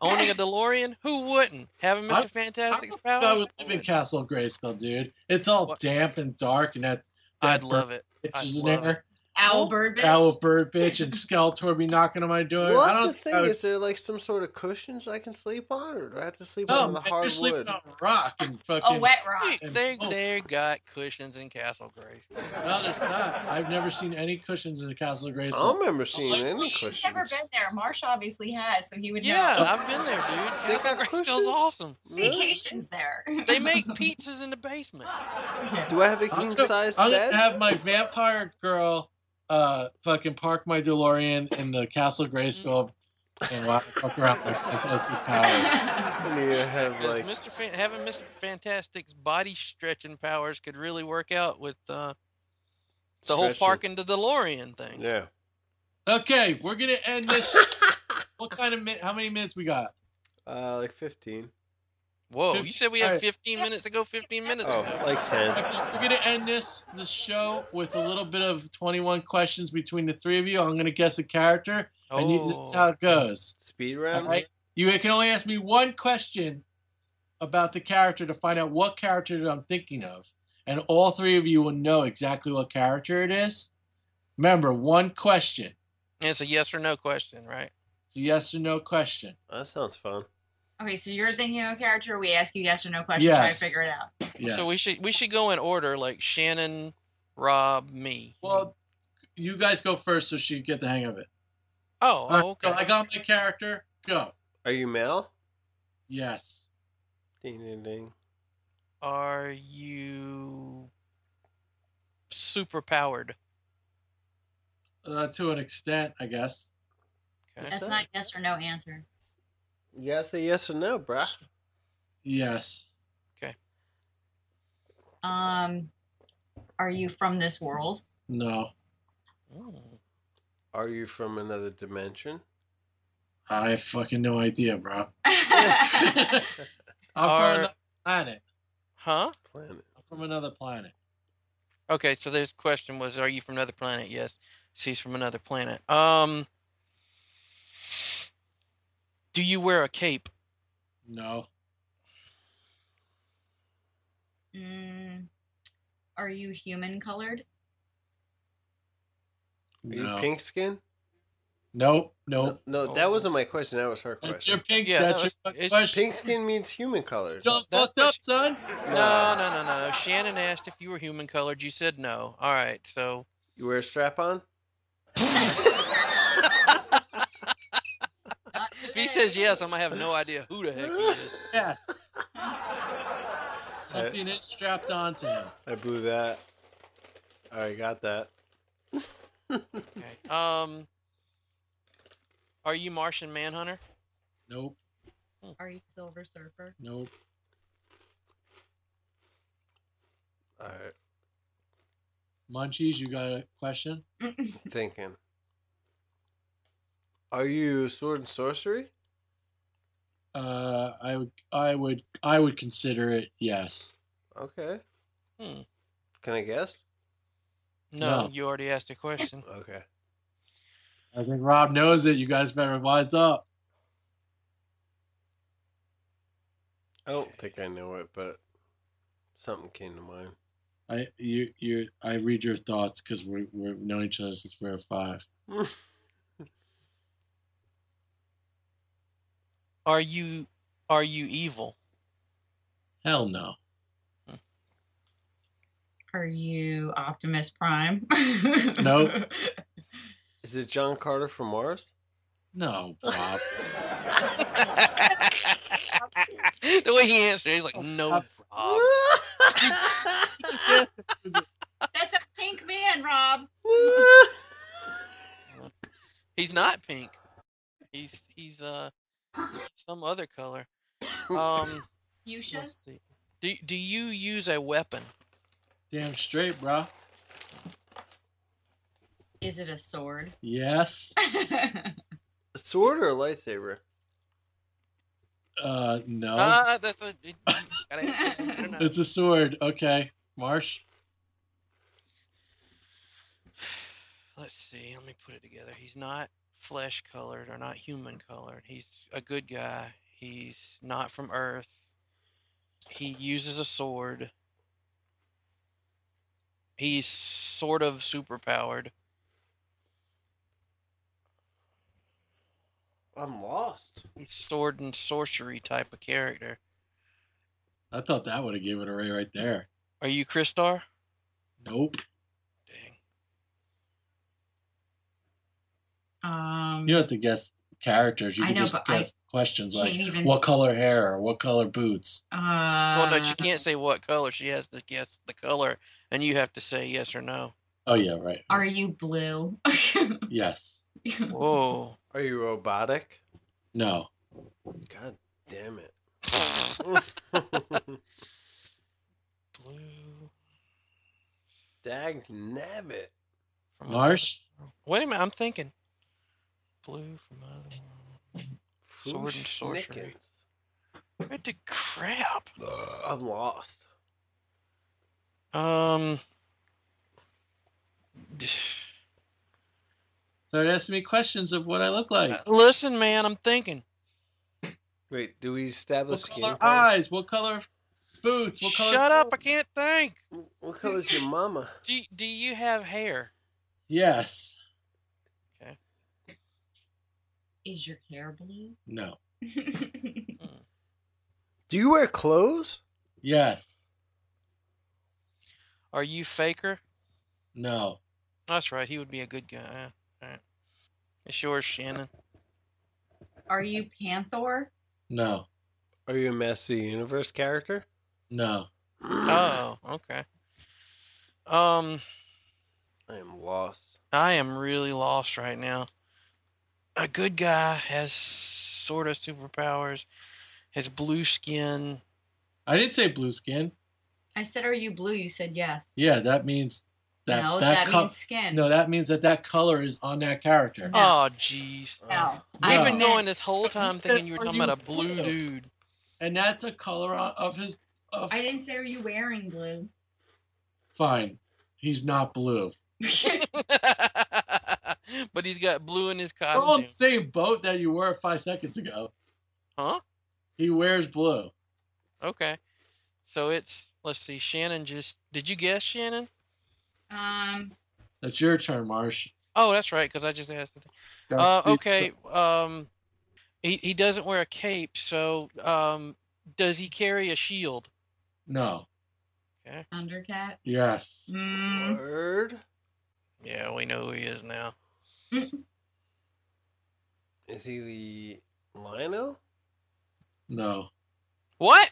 C: Owning a DeLorean, who wouldn't? Having
A: I-
C: Mister Fantastic's
A: I
C: powers,
A: would
C: who
A: live in
C: wouldn't?
A: Castle Grayskull, dude. It's all
C: What?
A: damp and dark, and that
C: I'd love it.
A: It's
C: I'd
A: just
C: love
A: there.
D: Owl bird bitch.
A: Owl bird bitch and Skeletor be knocking on my door.
B: Well,
A: I
B: that's
A: don't
B: the thing.
A: I would-
B: Is there like some sort of cushions I can sleep on, or do I have to sleep
A: no,
B: on the
A: Oh, man,
B: hard
A: you're sleeping
B: wood?
A: on a rock and fucking.
D: a wet rock.
C: Wait, They
A: Oh.
C: they got cushions in Castle Grace.
A: No, there's not. I've never seen any cushions in the Castle of
B: I
A: Grayskull.
B: don't remember seeing any
D: He's
B: cushions.
D: never been there. Marsh obviously has, so he would
C: Yeah,
D: know.
C: I've been there,
B: They got
C: dude. Castle Grayskull's
B: cushions?
C: awesome.
B: Really?
D: Vacations there.
C: They make pizzas in the basement.
B: Do I have a
A: I'm
B: king
A: gonna-
B: size
A: I'm
B: bed?
A: gonna have my vampire girl uh fucking park my DeLorean in the Castle Grayskull and walk fuck around with my fantastic powers.
B: I need to have
C: Because
B: like
C: Mr. Fan- having Mr. Fantastic's body stretching powers could really work out with uh, the whole
B: stretching.
C: park and the DeLorean thing.
B: Yeah.
A: Okay, we're gonna end this. sh- what kind of mi- how many minutes we got?
B: Uh, like fifteen.
C: Whoa, you
A: 15
C: said we had
A: alright.
C: 15 minutes ago. 15 minutes
B: Oh,
C: ago.
B: like ten.
A: Okay, We're gonna end this this show with a little bit of 21 questions between the three of you. I'm gonna guess a character, and you,
C: Oh.
A: this is how it
B: Oh.
A: goes.
B: Speed
A: All
B: round.
A: right, you can only ask me one question about the character to find out what character that I'm thinking of, and all three of you will know exactly what character it is. Remember, one question.
C: And it's a yes or no question, right?
A: It's a yes or no question.
B: That sounds fun.
D: okay, so you're thinking of a character. We ask you yes or no questions. Try to
A: Yes.
D: figure it out.
A: Yes.
C: So we should we should go in order, like Shannon, Rob, me.
A: Well, you guys go first, so she get the hang of it.
C: oh,
A: All right,
C: oh, okay.
A: So I got my character. Go.
B: Are you male?
A: Yes.
B: Ding ding ding.
C: Are you super powered?
A: Uh, to an extent, I guess.
C: Okay.
D: That's not yes or no answer.
B: You gotta say yes or no, bruh.
A: Yes.
D: Um, are you from this world?
A: No.
C: Mm.
B: Are you from another dimension?
A: I have fucking no idea, bro. I'm
D: okay.
A: from
C: Are-
A: another planet.
C: Huh?
B: Planet.
A: I'm from another planet.
C: Okay, so this question was, are you from another planet? Yes, she's from another planet. Um, do you wear a cape?
A: No.
D: Mm, are you human colored?
B: Are you
A: No.
B: pink skin?
A: Nope. Nope. Oh.
B: No, no, that wasn't my question. That was her question.
A: That's your pink.
C: Yeah,
A: that's
C: that was-
A: your fucking
C: it's
A: question.
B: Pink skin means human colored.
A: You all
C: That's
A: fucked up, son.
C: No, no, no, no, no. Shannon asked if you were human colored. You said no. All right, so
B: You wear a strap on?
D: Uh,
C: if he says yes, I'm gonna have no idea who the heck he is.
A: Yes. Something is strapped onto him.
B: I blew that. I got that.
C: Okay. Um, are you Martian Manhunter?
A: Nope.
D: Are you Silver Surfer?
A: Nope.
B: All right.
A: Munchies, you got a question?
B: Thinking. Are you sword and sorcery?
A: Uh, I would, I would, I would consider it yes.
B: Okay.
C: Hmm.
B: Can I guess?
C: No,
A: No.
C: you already asked the question.
B: Okay.
A: I think Rob knows it. You guys better wise up. Oh.
B: I don't think I know it, but something came to mind.
A: I, you, you, I read your thoughts because we we've known each other since we were five.
C: Are you are you evil?
A: Hell no.
D: Are you Optimus Prime?
A: Nope.
B: Is it John Carter from Mars?
A: No, Bob.
C: the way he answered, he's like, no, Rob.
D: That's a pink man, Rob.
C: He's not pink. He's he's uh some other color. Um,
D: You should.
C: let's see. Do do you use a weapon?
A: Damn straight, bro.
D: Is it a sword?
A: Yes.
B: A sword or a lightsaber?
A: Uh, no.
C: Ah, that's a. It, you gotta ask me if it's or not.
A: It's a sword. Okay, Marsh.
C: Let's see. Let me put it together. He's not flesh colored or not human colored. He's a good guy. He's not from Earth. He uses a sword. He's sort of superpowered.
B: I'm lost.
C: sword and sorcery type of character.
A: I thought that would have gave it away right there.
C: Are you Kristar?
A: Nope.
C: Dang.
D: um,
A: You don't have to guess characters. You
D: I
A: can
D: know,
A: just
D: but I
A: guess questions like
D: can't even-
A: what color hair or what color boots.
D: uh,
C: well, no, she can't say what color. She has to guess the color, and you have to say yes or no.
A: Oh yeah, right.
D: Are you blue?
A: Yes.
C: Whoa.
B: Are you robotic?
A: No.
B: God damn it.
C: Blue.
B: Dag nabbit.
C: From another
A: Marsh.
C: world. Wait a minute. I'm thinking. Blue from other. world. Sword and sorcery.
B: Schnickens.
C: What the crap?
B: Ugh, I'm lost.
C: Um.
A: Start asking me questions of what I look like.
C: uh, Listen, man. I'm thinking.
B: Wait, do we establish
A: What
B: skin
A: color
B: color?
A: eyes? What color boots? What color?
C: Shut up. I can't think.
B: What color's your mama?
C: Do Do you have hair?
A: Yes.
D: Is your hair blue?
A: No.
B: Do you wear clothes?
A: Yes.
C: Are you faker?
A: No.
C: That's right. He would be a good guy. All right. It's yours, Shannon.
D: Are you Panther?
A: No.
B: Are you a Master of the Universe character?
A: No. Uh,
C: Oh, okay. Um,
B: I am lost.
C: I am really lost right now. A good guy has sort of superpowers. Has blue skin.
A: I didn't say blue skin.
D: I said, "Are you blue?" You said yes.
A: Yeah, that means that
D: no,
A: that,
D: that,
A: co-
D: means skin.
A: no, that means that that color is on that character.
C: Oh, jeez.
D: No.
A: No.
C: I've
D: I
C: been
D: meant,
C: knowing this whole time
A: said,
C: thinking you were
A: Uh, "Are
C: talking
A: you
C: about a blue
A: blue?"
C: dude.
A: And that's a color on, of his. Of,
D: I didn't say, "Are you wearing blue?"
A: fine. He's not blue.
C: but he's got blue in his
A: We're on
C: costume.
A: the same boat that you were five seconds ago.
C: Huh?
A: He wears blue.
C: Okay. So it's let's see, Shannon just did you guess Shannon?
D: Um,
A: That's your turn, Marsh.
C: Oh, that's right, because I just asked. the thing.
A: Gotta
C: Uh,
A: speak-
C: okay. Um, he he doesn't wear a cape, so um, does he carry a shield?
A: No.
D: Thundercat.
A: Yes.
D: Mm.
B: Word?
C: Yeah, we know who he is now.
B: Is he the Lino?
A: No.
C: What?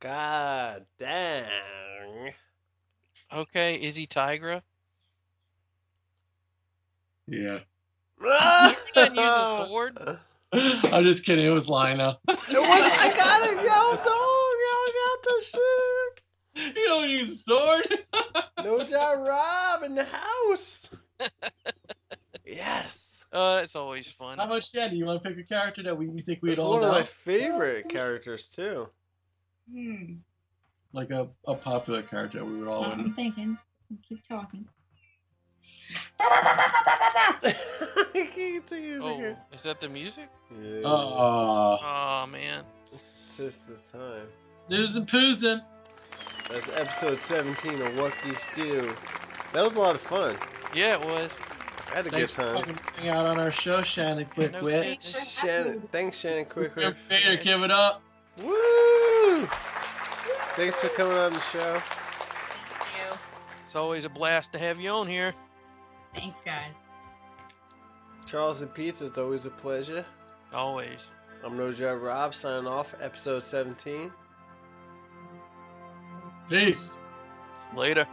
B: God dang.
C: Okay, is he Tigra?
A: Yeah.
B: Ah!
C: He doesn't use a sword.
A: I'm just kidding. It was Lina.
B: It was, I got it, yo, dog. Yo, I got the shit.
A: you don't use a sword.
B: No job, Rob, in the house. Yes.
C: Uh, that's always fun.
A: How about Shannon? You want to pick a character that we you think we'd
B: It's
A: all
B: one
A: know,
B: of my favorite characters, too.
D: Hmm.
A: like a, a popular character we would all
B: Uh-huh.
D: Well, I'm
A: win.
D: thinking. Keep talking.
B: I can't take it.
C: Oh, is that the music?
B: Yeah.
A: Uh,
C: Oh man.
B: It's just the time.
A: snoozing poozing.
B: That's episode 17 of What Geeks Do. That was a lot of fun.
C: Yeah, it was.
B: I had a
A: Thanks for
B: good time.
A: fucking being out on our show, Shannon Quick
C: No
A: Wit.
C: kidding.
B: Shannon, thanks, Shannon Quicker.
A: Give it up.
B: Woo! Thanks for coming on the show.
D: Thank you.
C: It's always a blast to have you on here.
D: Thanks, guys.
B: Charles and Pizza, it's always a pleasure.
C: Always.
B: I'm No Job Rob signing off, episode 17.
A: Peace.
C: Later.